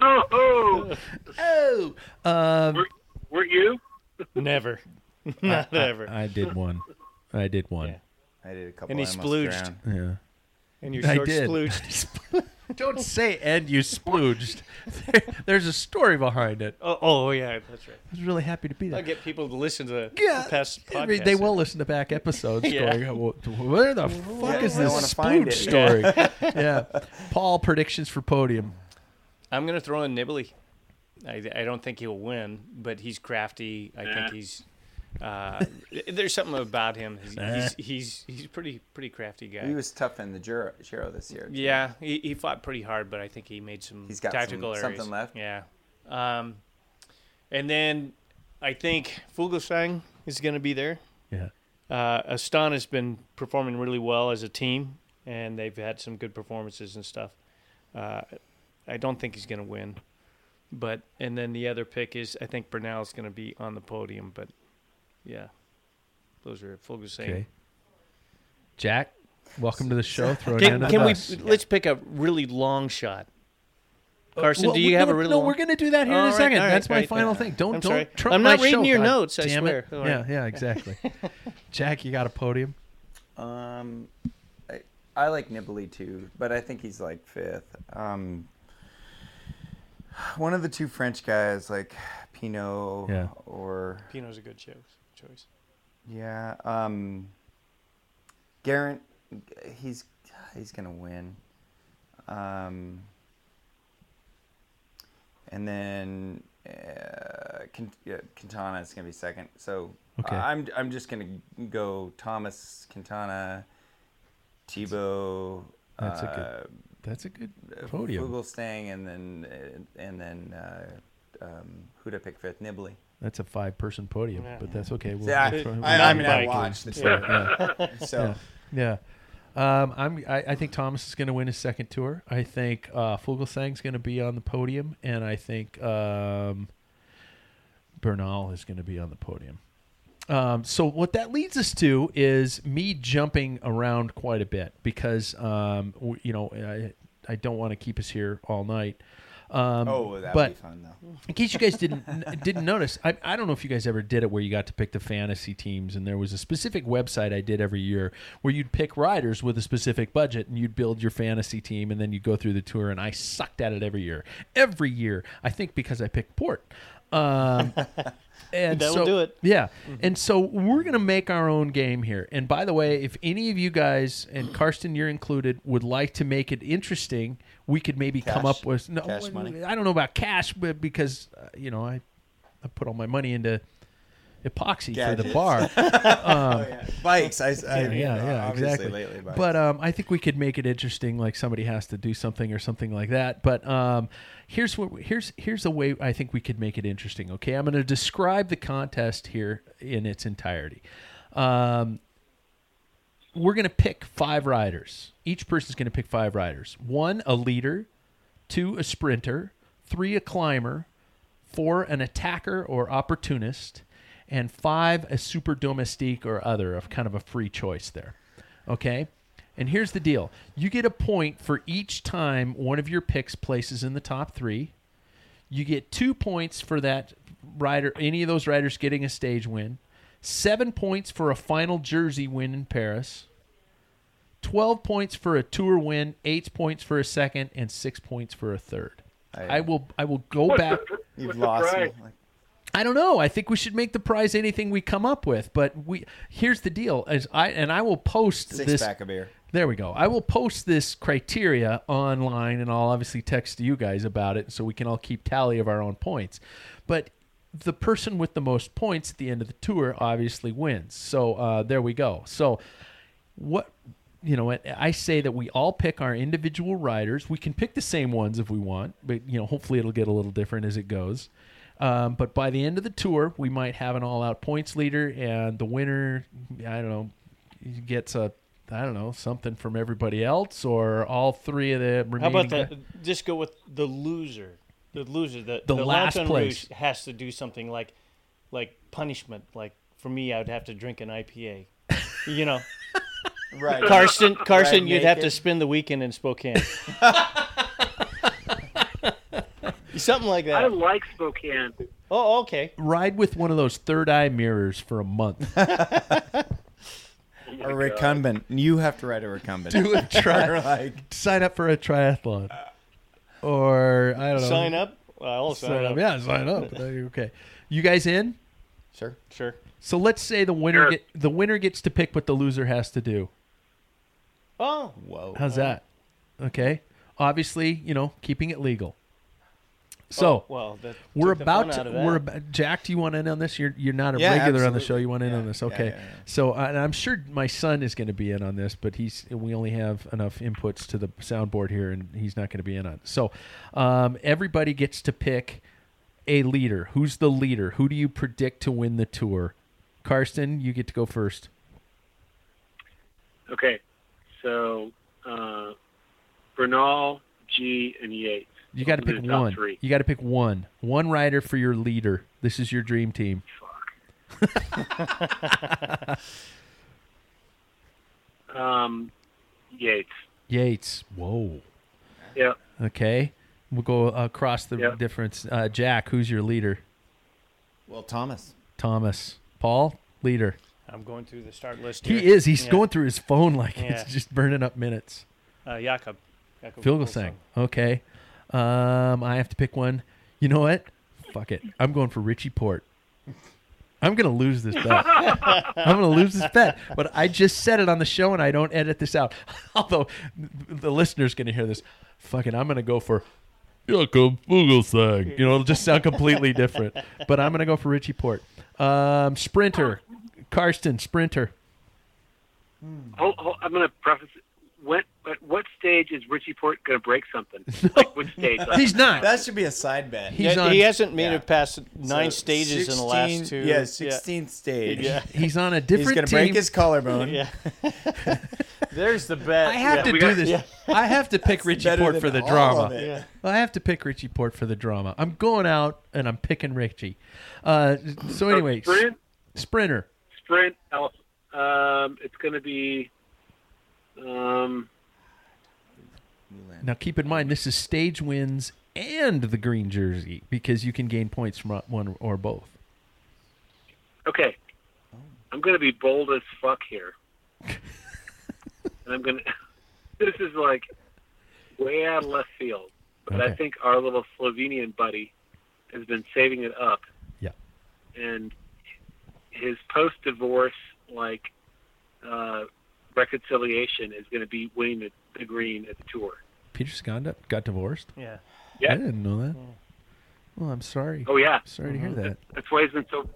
F: oh.
C: Oh, uh,
F: Were, weren't you?
E: Never. Not ever.
C: I did one. I did one.
E: Yeah.
D: I did a couple.
E: And he
D: I almost
E: splooged.
D: drowned.
E: and your
C: I
E: short
C: did.
E: splooged.
C: Don't say and you splooged. There- There's a story behind it. I
E: Oh, oh, yeah, that's right.
C: was really happy to be there.
E: I'll get people to listen to the,
C: Yeah,
E: the past podcast.
C: I mean, they will listen to back episodes.
E: Yeah.
C: going, "Wh- where the fuck is
D: they wanna
C: this
D: find
C: spooge
D: it."
C: story? Yeah. Paul predictions for podium.
E: I'm going to throw in Nibley. I, I don't think he'll win, but he's crafty. I
F: Nah.
E: think he's. Uh, there's something about him. He's he's, he's he's pretty pretty crafty guy.
D: He was tough in the Giro, Giro this year.
E: yeah, he, he fought pretty hard, but I think he made some
D: He's got some-
E: tactical errors.
D: something left.
E: Yeah, um, and then I think Fuglsang is going to be there.
C: Yeah.
E: uh, Astana has been performing really well as a team, and they've had some good performances and stuff. Uh, I don't think he's going to win, but and then the other pick is I think Bernal's going to be on the podium, but yeah, those are Fuglsang.
C: Okay. Jack, welcome to the show. Throwing you
E: Can,
C: under
E: can
C: the
E: we
C: bus.
E: let's pick a really long shot? Carson,
C: Well,
E: do
C: we-
E: you have
C: no,
E: a really
C: No,
E: long?
C: we're going to do that here in
E: All
C: a
E: right,
C: second.
E: all right,
C: That's my
E: all right,
C: final
E: yeah.
C: thing. Don't
E: I'm
C: don't
E: sorry.
C: trump
E: I'm not
C: my
E: reading
C: show,
E: your
C: God
E: notes, I
C: damn
E: swear.
C: It.
E: All
C: Yeah,
E: right.
C: yeah, exactly. Jack, you got a podium.
D: Um, I, I like Nibley too, but I think he's like fifth. Um, one of the two French guys, like Pinot
C: Yeah.
D: or
E: Pino's a good cho- choice.
D: yeah, um, Garrett, he's he's gonna win. Um, and then uh, Can- uh, Quintana is gonna be second. So
C: Okay.
D: I'm I'm just gonna go Thomas Quintana, Tebow.
C: That's
D: uh,
C: a good. That's a good podium.
D: Fuglsang, uh, and then and then uh, um, who to pick fifth? Nibley.
C: That's a five-person podium,
E: Yeah.
C: but that's okay. We'll,
D: See, I-
C: we'll throw-
D: I-
C: we'll
D: I
C: do
D: mean,
C: that.
D: I watched this
C: Yeah,
D: So
C: yeah, yeah. Um, I'm. I, I think Thomas is going to win his second tour. I think uh, Fuglsang's going to be on the podium, and I think um, Bernal is going to be on the podium. Um, so what that leads us to is me jumping around quite a bit because um, w- you know I, I don't want to keep us here all night. Um,
D: oh, well, that'd
C: but-
D: be fun though.
C: in case you guys didn't n- didn't notice, I, I don't know if you guys ever did it where you got to pick the fantasy teams, and there was a specific website I did every year where you'd pick riders with a specific budget, and you'd build your fantasy team, and then you would go through the tour. And I sucked at it every year, every year. I think because I picked Port. Um, and
E: That'll
C: so-
E: do it. Mm-hmm.
C: yeah. And so we're going to make our own game here. And by the way, if any of you guys, and Karsten, you're included, would like to make it interesting, we could maybe come
D: Cash?
C: up with. No,
D: Cash money?
C: I don't know about cash, but because, uh, you know, I, I put all my money into epoxy for the
D: Gadgets.
C: bar.
D: Bikes, I, I
C: yeah, yeah, yeah,
D: obviously
C: exactly.
D: lately, bikes.
C: but um, I think we could make it interesting, like somebody has to do something or something like that. But um, here's what here's here's a way I think we could make it interesting. Okay, I'm going to describe the contest here in its entirety. Um, we're going to pick five riders. Each person's going to pick five riders. One a leader, two a sprinter, three a climber, four an attacker or opportunist, and five a super domestique or other of kind of a free choice there. Okay? And here's the deal. You get a point for each time one of your picks places in the top 3. You get 2 points for that rider any of those riders getting a stage win. 7 points for a final jersey win in Paris. 12 points for a tour win, 8 points for a second and 6 points for a third. I will I will go back
D: you've
F: What's the
D: lost. me.
F: price?
D: Like,
C: I don't know. I think we should make the prize anything we come up with. But we here's the deal: as I and I will post
D: six
C: this.
D: pack of beer.
C: There we go. I will post this criteria online, and I'll obviously text you guys about it, so we can all keep tally of our own points. But the person with the most points at the end of the tour obviously wins. So uh, there we go. So what you know i say that we all pick our individual riders we can pick the same ones if we want but you know hopefully it'll get a little different as it goes um, but by the end of the tour we might have an all-out points leader and the winner i don't know gets a i don't know something from everybody else or all three of the remaining
E: How about
C: guys.
E: the just go with the loser? The loser, the,
C: The last
E: Lantern
C: place.
E: Rouge has to do something like like punishment. Like for me, I would have to drink an IPA. You know,
D: Right.
E: Carson, Carson,
D: Right,
E: you'd have to
D: naked.
E: spend the weekend in Spokane. Something like
F: I
E: that.
F: like Spokane.
E: Oh, okay.
C: Ride with one of those third eye mirrors for a month.
D: a recumbent. You have to write a recumbent.
C: Do a
D: Or
C: tri-
D: like
C: sign up for a triathlon, or I don't know.
E: Sign up. Well, I'll Um, sign, up.
C: Yeah, sign up. okay, you guys in?
D: sure.
E: Sure.
C: So let's say the winner
F: Sure.
C: get, the winner gets to pick what the loser has to do.
E: Oh,
D: Whoa.
C: How's that? Okay. Obviously, you know, keeping it legal. So
E: Oh, well, that
C: we're
E: took the
C: about
E: fun
C: to.
E: out of that.
C: We're about, Jack. Do you want in on this? You're you're not a
D: Yeah,
C: regular on the
D: absolutely.
C: show. You want in
D: Yeah,
C: on this?
D: yeah,
C: Okay.
D: yeah, yeah.
C: So I- and I'm sure my son is going to be in on this, but he's we only have enough inputs to the soundboard here, and he's not going to be in on. It. So um, everybody gets to pick a leader. Who's the leader? Who do you predict to win the tour? Karsten, you get to go first.
F: Okay, so uh, Bernal, G, and Yates.
C: You got to
F: Those are
C: pick
F: the top
C: one.
F: Three.
C: You got to pick one. One rider for your leader. This is your dream team.
F: Um, Yates.
C: Yates. Whoa.
F: Yeah.
C: Okay. We'll go across the
F: Yep.
C: difference. Uh, Jack, who's your leader?
D: Well, Thomas.
C: Thomas. Paul, leader.
E: I'm going through the start list.
C: He
E: here.
C: is. He's
E: Yeah.
C: going through his phone like
E: Yeah.
C: it's just burning up minutes.
E: Uh, Jakob. Jakob
C: Fuglesang. Okay. Um, I have to pick one. You know what? Fuck it. I'm going for Richie Port. I'm gonna lose this bet. I'm gonna lose this bet. But I just said it on the show, and I don't edit this out. Although the listener's gonna hear this, fucking, I'm gonna go for Jakob Fuglesang. You know, it'll just sound completely different. But I'm gonna go for Richie Port. Um, sprinter, Karsten, sprinter.
F: Hold, hold, I'm going to preface. it. When, at what stage is Richie Port going to break something? Like which stage? Like,
C: He's not.
D: That should be a side bet.
C: He's
E: Yeah,
C: on-
E: he hasn't made
D: yeah.
E: it past nine
D: So,
E: stages in the
D: 16
E: last two.
D: Yeah, sixteenth stage.
E: Yeah.
C: He's on a
D: He's
C: different
D: gonna
C: team.
D: break his collarbone.
E: Yeah. There's the bet.
C: I have
F: Yeah,
C: to
F: we
C: do
F: got-
C: this. I have to pick Richie
D: better
C: Port
D: than
C: for the
D: all
C: drama.
D: of it. Yeah.
C: I have to pick Richie Port for the drama. I'm going out and I'm picking Richie. Uh, so anyway, s-
F: Sprint,
C: sprinter.
F: sprint. Elf, um, it's going to be. Um,
C: Now keep in mind this is stage wins and the green jersey because you can gain points from one or both.
F: okay, I'm going to be bold as fuck here, and I'm going to. This is like way out of left field, but I
C: Okay.
F: think our little Slovenian buddy has been saving it up.
C: Yeah.
F: and his post divorce like uh, reconciliation is going to be winning the, the green at the tour.
C: Peter Skanda got divorced.
E: Yeah.
C: I
F: Yeah.
C: didn't know that.
D: Hmm.
C: Well, I'm sorry.
F: Oh yeah,
C: Sorry to hear that.
F: that's why he's been so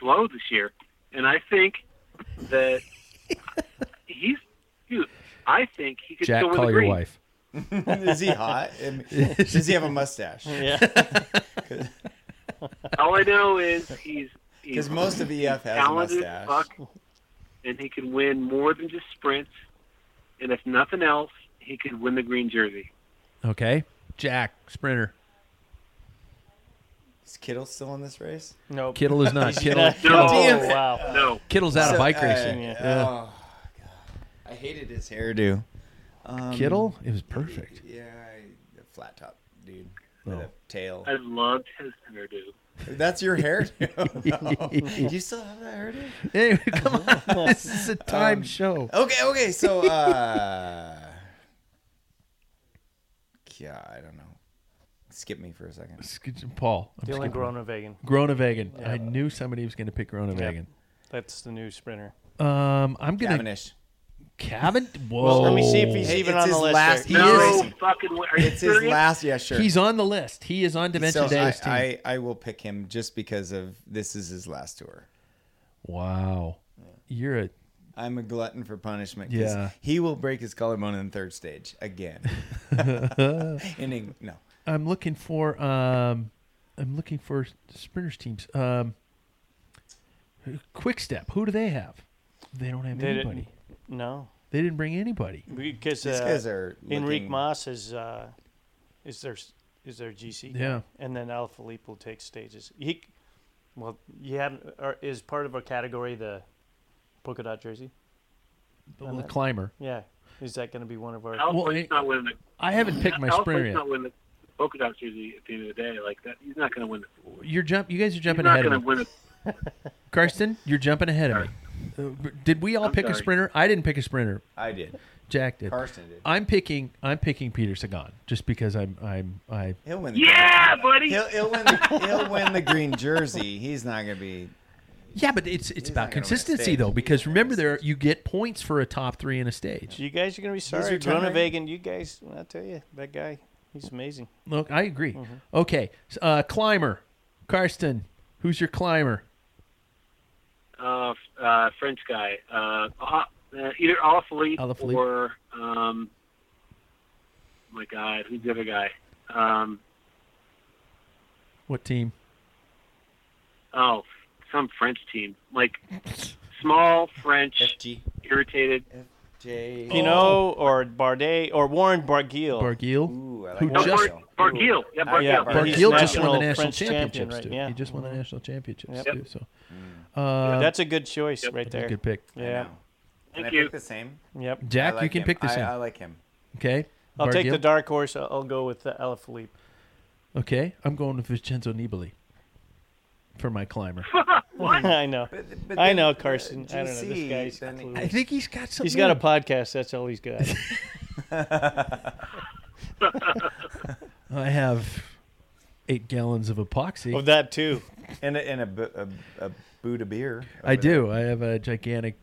F: slow this year. And I think that he's dude. I think he could
C: Jack,
F: still win
C: call
F: the
C: your
F: green.
C: wife.
D: Is he hot? I mean, Does he have a mustache?
F: All I know is he's
D: Because
F: he's
D: most of EF has a
F: talented as
D: mustache.
F: fuck, and he can win more than just sprints. And if nothing else, he could win the green jersey.
C: Okay. Jack, sprinter.
D: Is Kittle still in this race?
E: Nope.
C: Kittle is not. Kittle,
F: No,
E: Oh, wow.
F: no.
C: Kittle's out of
D: So,
C: bike
D: uh,
C: racing.
E: yeah.
D: Oh, God. I hated his hairdo. Um,
C: Kittle, it was perfect.
D: Yeah, I, a flat top dude with a tail.
F: I loved his hairdo.
D: That's your hairdo. Do you still have that hairdo?
C: Anyway, come on. This is a time show.
D: Okay, okay. So, uh, yeah, I don't know. Skip me for a second.
C: Excuse- Paul. I'm
E: Dylan
C: skipping.
E: Groenewegen.
C: Groenewegen. I knew somebody was going to pick Groenewegen.
E: That's the new sprinter.
C: Um, I'm going to
D: Cavendish.
C: Cavan. Whoa.
E: Well, let me see if he's
D: Hey,
E: even
D: it's
E: on the
D: his
E: list.
D: last-
E: there.
D: He
F: no
D: is-
F: fucking way. Are you
D: It's his
F: serious?
D: last. Yeah, sure.
C: He's on the list. He is on
D: so
C: Dimension
D: I,
C: Davis team.
D: I, I will pick him just because of this is his last tour.
C: Wow. You're a
D: I'm a glutton for punishment. 'cause
C: Yeah.
D: He will break his collarbone in the third stage again. in England. No.
C: I'm looking for um I'm looking for sprinters teams. Um Quick Step. Who do they have? They don't have
E: They didn't-
C: anybody.
E: No.
C: They didn't bring anybody.
E: Because
D: These
E: uh,
D: guys are
E: Enrique
D: looking-
E: Mas is uh, is their is their GC. guy.
C: Yeah.
E: and then Alaphilippe will take stages. He, well, you have or is part of our category the polka dot jersey.
C: Well, the climber.
E: Yeah. Is that going to be one of our?
C: Well,
F: Alfred's
C: I-
F: not winning the.
C: I haven't picked my
F: Alfred's
C: sprinter yet.
F: not winning the polka dot jersey at the end of the day. Like that, he's not going to win. The,
C: You're jump. You guys are
F: he's
C: jumping
F: not
C: ahead
F: going to
C: of me.
F: win it.
C: Karsten, you're jumping ahead of me. Uh, Did we all
F: I'm
C: pick a
F: sorry.
C: sprinter? I didn't pick a sprinter.
D: I did.
C: Jack did.
D: Karsten did.
C: I'm picking. I'm picking Peter Sagan just because I'm. I'm. I.
D: He'll win. The
F: Yeah, buddy.
D: He'll, he'll win. The, he'll win the green jersey. He's not gonna be.
C: Yeah, but it's it's
D: He's
C: about
D: not gonna win a
C: consistency
D: stage.
C: though, because
D: He's not
C: remember
D: gonna
C: there you get points for a top three in a stage.
E: You guys are going to be sorry.
D: retiring.
E: Gronovagan, you guys, I tell you, that guy, he's amazing.
C: Look, I agree. Okay, s- uh, climber, Karsten, who's your climber?
F: Uh, f- uh, French guy. Uh, uh, either Alaphilippe,
C: Alaphilippe.
F: or um, my God, who's the other guy? Um,
C: What team?
F: oh, some French team, like small French,
D: FG.
F: irritated.
D: FJ.
E: Pinot or Bardet or Warren Barguil.
C: Barguil.
D: Ooh, I like
C: Who
D: that
F: No,
C: just-
D: show.
F: Bar- Barguil. Yeah,
D: Ah,
F: Barguil.
D: yeah,
F: Yeah,
D: Barguil
F: he's
C: Barguil just won
E: national
C: the national
E: French champion,
C: championships.
E: right,
C: dude.
E: yeah.
C: He just won the
F: Mm-hmm.
C: national championships
E: Yep.
C: too. So, uh,
E: That's a good choice right
C: that's
E: there.
C: a good pick.
E: Yeah.
D: Can I
F: Thank you.
D: pick the same?
E: Yep.
C: Jack,
D: I like
C: you can
D: him.
C: pick this
D: I, uh,
C: out.
D: I like him.
C: Okay.
E: I'll take
C: Barguil.
E: the dark horse. I'll, I'll go with the Alaphilippe.
C: Okay, I'm going with Vincenzo Nibali for my climber.
E: I know.
D: But, but
E: I
D: then,
E: know,
D: uh,
E: Carson. I don't know.
D: GC,
E: This guy's.
D: then he-
C: I think he's got something.
E: He's got a podcast. That's all he's got.
C: I have eight gallons of epoxy.
E: of that too.
D: And a, and a, bu- a, a boot of beer.
C: I do. I have a gigantic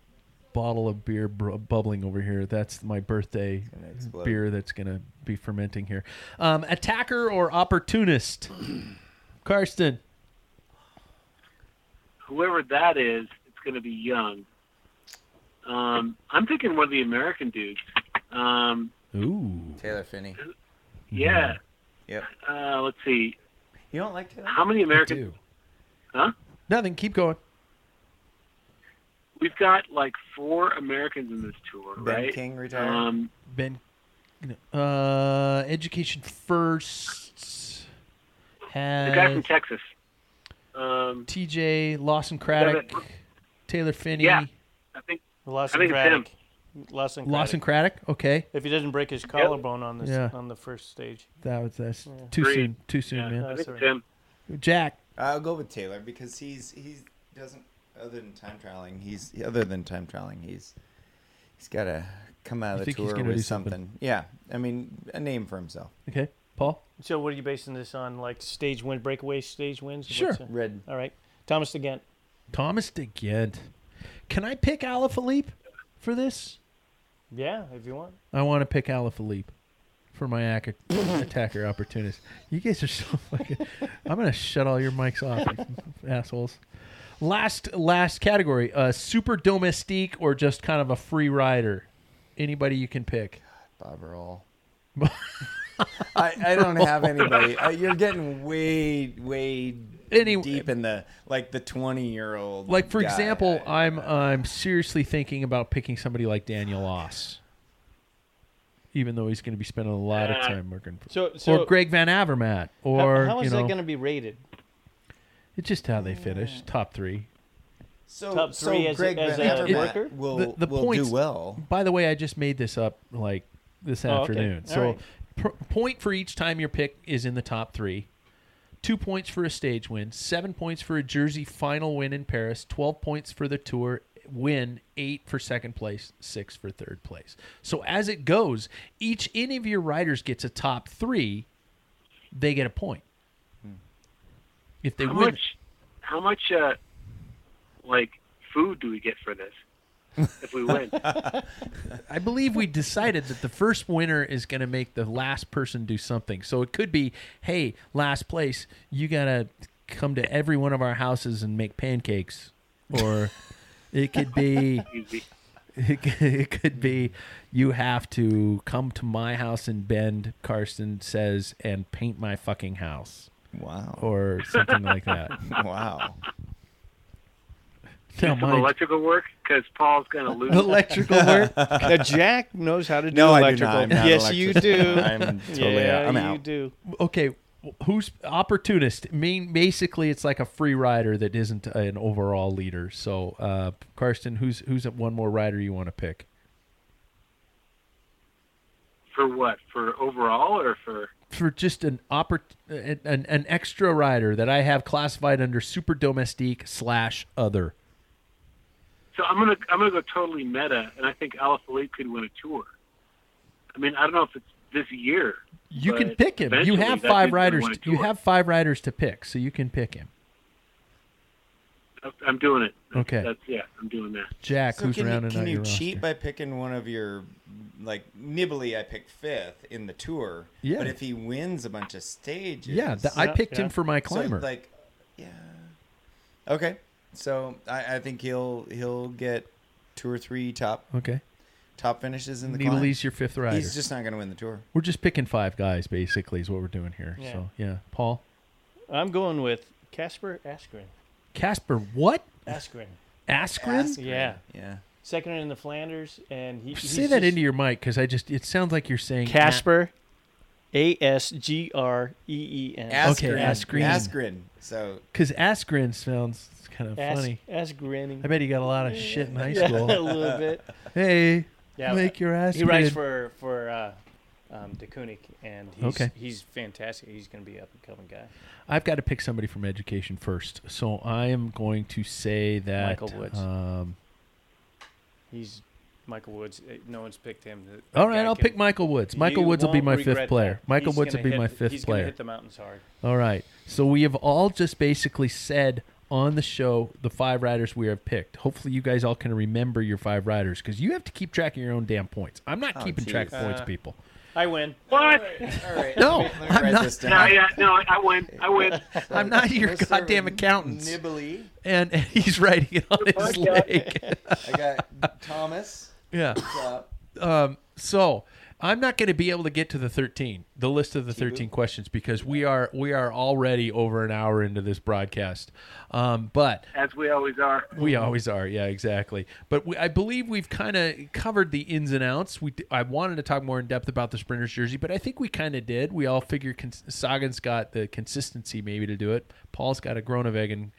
C: bottle of beer br- bubbling over here. That's my birthday
D: gonna explode.
C: beer that's going to be fermenting here. Um, attacker or opportunist? Karsten.
F: whoever that is, it's going to be young. Um, I'm thinking one of the American dudes. Um,
C: Ooh.
D: Taylor Finney.
F: yeah.
D: Yep.
F: Uh, let's see.
D: You don't like Taylor?
F: How many Americans?
C: Two.
F: Huh?
C: Nothing. Keep going.
F: We've got like four Americans in this tour,
D: Ben
F: right?
D: King retired.
F: Um,
C: Ben. Uh, education first.
F: the
C: Has...
F: guy from Texas. Um,
C: TJ, Lawson Craddock,
F: but-
C: Taylor Finney,
F: Yeah. I think I
E: Lawson
F: think it's him.
E: Craddock. Lawson.
C: Lawson
E: Lawson.
C: Craddock. Okay,
E: If he doesn't break his collarbone on this
C: Yeah.
E: on the first stage,
C: that was that's too
F: Agreed.
C: soon. Too soon,
F: I
C: man.
F: think
E: That's
F: it's him.
C: Jack.
D: I'll go with Taylor because he's he doesn't other than time traveling. He's other than time traveling. He's he's got to come out
C: You
D: of the
C: think he's
D: tour
C: gonna do
D: with
C: something.
D: something. Yeah, I mean a name for himself.
C: Okay, Paul.
E: so what are you basing this on? Like stage win, breakaway stage wins. What's
C: Sure.
E: that?
D: Red.
E: All right, Thomas again.
C: Thomas DeGent. Can I pick Alaphilippe for this?
E: Yeah, if you want.
C: I want to pick Alaphilippe for my ac- attacker opportunist. You guys are so fucking. I'm gonna shut all your mics off, you assholes. Last last category: uh, super domestique or just kind of a free rider. Anybody you can pick.
D: Bob Roll. I, I don't have anybody. I, you're getting way way
C: Any-
D: deep in the like the twenty year old.
C: Like for example, I'm I'm seriously thinking about picking somebody like Daniel Oss, even though he's going to be spending a lot of time working for.
E: So so
C: or Greg Van Avermaet, or
E: how, how is
C: you know,
E: that going to be rated?
C: it's just how they finish top three.
D: so,
E: top
D: so
E: three as a-
D: Greg
E: as
D: Van
E: a
D: Avermaet
E: worker?
D: will
C: The- the
D: will
C: points-
D: do well.
C: By the way, I just made this up like this
E: Oh, okay.
C: afternoon.
E: All
C: So
E: right.
C: pr- point for each time your pick is in the top three. Two points for a stage win, seven points for a jersey final win in Paris, twelve points for the tour win, eight for second place, six for third place. So as it goes, each any of your riders gets a top three, they get a point.
E: Hmm.
C: If they
F: How
C: win,
F: much? How much? Uh, like food do we get for this? If we win,
C: I believe we decided that the first winner is going to make the last person do something. So it could be, hey, last place, you got to come to every one of our houses and make pancakes. Or it could be,
F: easy.
C: it could, it could be, you have to come to my house in Bend, Karsten says, and paint my fucking house.
D: Wow.
C: Or something like that.
D: Wow.
C: Now,
F: Some
C: mind-
F: electrical work because Paul's going to lose.
C: electrical work.
E: Now, Jack knows how to do
D: No, I do
E: electrical.
D: not. I'm not
E: yes,
D: an
E: you
D: electrician.
E: do.
D: I'm totally
E: yeah,
D: out. I'm
E: you
D: out.
E: do.
C: okay who's opportunist mean basically it's like a free rider that isn't an overall leader so uh karsten who's who's one more rider you want to pick
F: For what? For overall or for?
C: for just an oppor- an, an an extra rider that I have classified under super domestique slash other.
F: So I'm gonna I'm gonna go totally meta, and I think Alaphilippe could win a tour. I mean, I don't know if it's this year.
C: You can
F: but
C: pick him. You
F: eventually
C: have
F: that
C: five
F: dude's gonna
C: riders.
F: win a
C: You
F: tour.
C: have five riders to pick, so you can pick him.
F: I'm doing it. That's-
C: Okay.
F: That's yeah. I'm doing that.
C: Jack,
D: So
C: who's
D: can you,
C: rounding
D: can
C: out
D: you
C: your
D: cheat
C: roster.
D: by picking one of your like nibbly? I picked fifth in the tour.
C: Yeah.
D: But if he wins a bunch of stages,
C: yeah, th- I
E: Yeah,
C: picked
E: yeah.
C: him for my
D: so,
C: climber.
D: like, yeah. Okay, so I, I think he'll he'll get two or three top
C: okay,
D: top finishes in the. climb.
C: Nibali's your fifth rider.
D: He's just not going to win the tour.
C: we're just picking five guys, basically, is what we're doing here.
E: Yeah.
C: So yeah, Paul,
E: I'm going with Casper Askren.
C: Casper, what
E: Askren.
C: Askren?
D: Ask-
E: Yeah.
D: Yeah.
E: Second in the Flanders, and he. he's
C: Say
E: just-
C: that into your mic because I just it sounds like you're saying
E: Casper. A S G R E E N.
C: Okay,
D: Askren.
C: Askren.
D: Askren. So
C: because Askren sounds kind of
E: Ask,
C: funny.
E: ask grinning.
C: I bet he got a lot of shit in high
E: Yeah, a
C: school.
E: little bit.
C: hey,
E: Yeah,
C: make your ass.
E: He writes
C: good.
E: for for uh, um, De Kooning, and he's
C: Okay.
E: he's fantastic. He's going to be up and coming guy.
C: I've got to pick somebody from education first, so I am going to say that
E: Michael Woods.
C: Um,
E: He's Michael Woods. Eh, No one's picked him. The- the
C: all right,
E: guy
C: I'll
E: can-
C: pick Michael Woods.
E: he
C: Michael Woods will be
E: won't
C: my
E: regret
C: fifth
E: that.
C: player. Michael
E: He's
C: Woods will
E: gonna
C: be my
E: hit-
C: fifth
E: he's gonna
C: player.
E: hit the mountains hard.
C: All right. So we have all just basically said on the show the five riders we have picked. Hopefully, you guys all can remember your five riders because you have to keep track of your own damn points. I'm
D: Oh,
C: not keeping track of
D: geez.
C: points, people.
E: I win.
F: What?
D: all right.
C: No,
D: Uh, let me
C: I'm
D: write
C: not-
D: this down.
F: No, yeah, no, I win. I win.
C: I'm not your
D: Mr.
C: goddamn accountants.
D: Nibbly.
C: And, and he's writing it on his leg.
D: I got Thomas. uh,
C: yeah.
D: Up.
C: Um, so I'm not going to be able to get to the 13, the list of the 13 questions because we are we are already over an hour into this broadcast. Um, but
F: As we always are.
C: we always are. Yeah, exactly. But we, I believe we've kind of covered the ins and outs. We I wanted to talk more in depth about the sprinter's jersey, but I think we kind of did. We all figure cons- Sagan's got the consistency maybe to do it. Paul's got a Groenewegen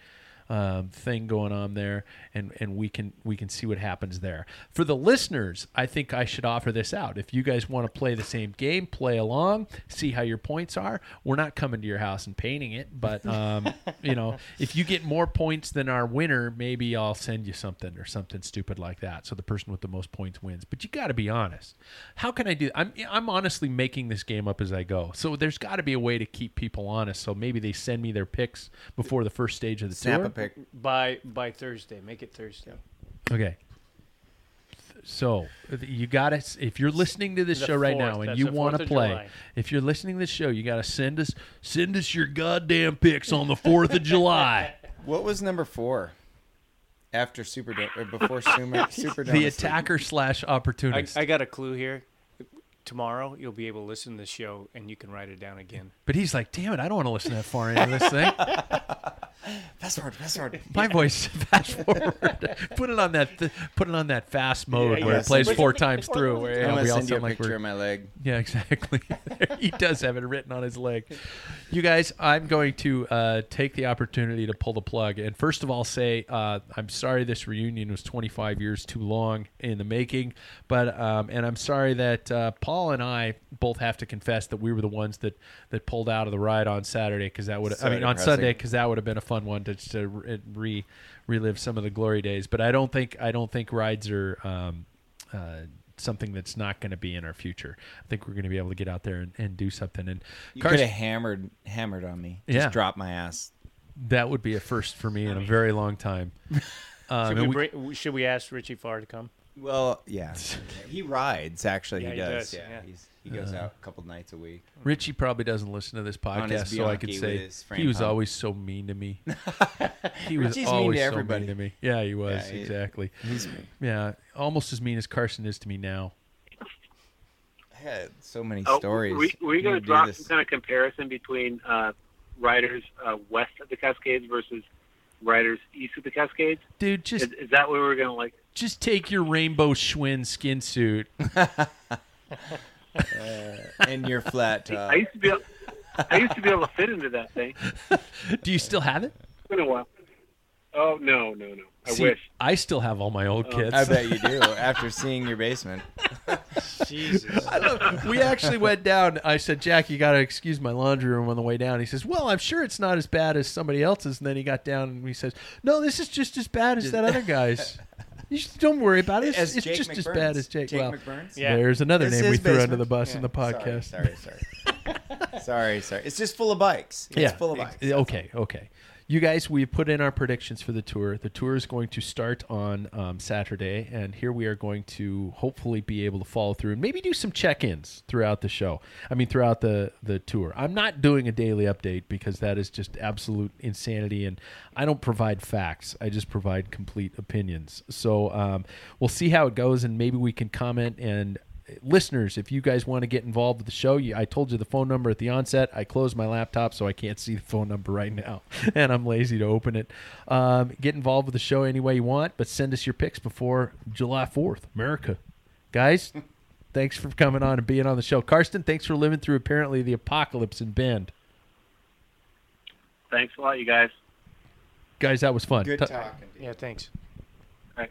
C: um, thing going on there, and and we can we can see what happens there. For the listeners, I think I should offer this out. If you guys want to play the same game, play along, see how your points are. We're not coming to your house and painting it, but um, you know, if you get more points than our winner, maybe I'll send you something or something stupid like that. So the person with the most points wins. But you got to be honest. How can I do? I'm I'm honestly making this game up as I go. So there's got to be a way to keep people honest. So maybe they send me their picks before the first stage of the
D: Snap
C: tour.
D: a pic.
E: By by Thursday, make it Thursday.
C: Okay. So you got to if you're listening to this
E: The
C: show right
E: fourth,
C: now and
E: that's
C: you
E: the
C: want
E: fourth
C: to
E: of
C: play,
E: July.
C: if you're listening to this show, you got to send us send us your goddamn picks on the Fourth of July.
D: What was number four? After Super Do- or before Super Super
C: the attacker slash
E: I,
C: opportunist.
E: I got a clue here. Tomorrow you'll be able to listen to the show and you can write it down again.
C: but he's like, damn it, I don't want to listen that far into this thing.
D: Password. Password.
C: My voice fast forward. put it on that th- put it on that fast mode where
D: yeah.
C: it plays four times through. Where, yeah,
D: I'm gonna
C: we all
D: send you a
C: sound like
D: picture
C: we're
D: of my leg.
C: Yeah, exactly. he does have it written on his leg. You guys, I'm going to uh, take the opportunity to pull the plug and first of all say uh, I'm sorry this reunion was 25 years too long in the making, but um, and I'm sorry that uh, Paul and I both have to confess that we were the ones that that pulled out of the ride on Saturday because that would
D: So
C: I mean on
D: depressing.
C: Sunday because that would have been a fun one to, to re relive some of the glory days. But I don't think I don't think rides are um, uh, something that's not going to be in our future. I think we're going to be able to get out there and, and do something. And
D: You could have
C: Carson,
D: hammered hammered on me. Just
C: Yeah.
D: drop my ass.
C: that would be a first for me in a very long time. Um,
E: Should
C: and
E: Uh, we,
C: we-
E: bring, should we ask Richie Farr to come?
D: Well, yeah. He rides. Actually,
E: Yeah,
D: he
E: he
D: does.
E: does,
D: Yeah.
E: yeah.
D: He's, he goes
C: Uh.
D: out a couple nights a week.
C: Richie probably doesn't listen to this
D: On his
C: podcast, so I
D: Bianchi
C: can
D: with
C: say
D: his frame
C: he was
D: pump.
C: always so mean to me. he was
D: Richie's mean to
C: always so
D: everybody.
C: mean to me. Yeah, he was
D: Yeah, he-
C: exactly. yeah, almost as mean as Carson is to me now.
D: I had so many
F: Oh,
D: stories.
F: We, we're going
D: gonna
F: to
D: do
F: draw
D: this.
F: some kind of comparison between uh, riders uh, west of the Cascades versus riders east of the Cascades.
C: Dude,
F: Is,
C: just
F: is that what we're going to like?
C: just take your rainbow Schwinn skin suit.
D: in your flat top.
F: I used to be. Able, I used to be able to fit into that thing.
C: Do you still have it?
F: It's been a while. Oh no, no, no. I
C: See,
F: wish. Oh.
C: I still have all my old kids.
D: I bet you do. After seeing your basement,
E: Jesus.
C: I love- we actually went down. I said, Jack, you got to excuse my laundry room on the way down. He says, Well, I'm sure it's not as bad as somebody else's. And then he got down and he says, No, this is just as bad as that other guy's. You just don't worry about it. It's,
D: As
C: it's
D: Jake
C: just as
D: McBurns.
C: bad as Jake.
D: Jake
C: well,
D: McBurns?
E: Yeah.
C: There's another
D: It's
C: name we
D: his
C: threw under
D: basement.
C: the bus in the
D: Sorry,
C: podcast.
D: Sorry, sorry, sorry, sorry, sorry. It's just full of bikes. It's full of
C: ex-
D: bikes.
C: Okay, okay. You guys, we put in our predictions for the tour. The tour is going to start on um, Saturday, and here we are going to hopefully be able to follow through and maybe do some check-ins throughout the show. I mean, throughout the the tour. I'm not doing a daily update because that is just absolute insanity, and I don't provide facts. I just provide complete opinions. So um, we'll see how it goes, and maybe we can comment and listeners, if you guys want to get involved with the show, you, I told you the phone number at the onset. I closed my laptop, so I can't see the phone number right now, and I'm lazy to open it. Um, get involved with the show any way you want, but send us your picks before July 4th. America. Guys, thanks for coming on and being on the show. Karsten, thanks for living through apparently the apocalypse in Bend.
F: Thanks a lot, you guys.
C: Guys, that was fun.
D: Good
C: Ta-
D: talking. To you.
E: Yeah, thanks.
F: All right.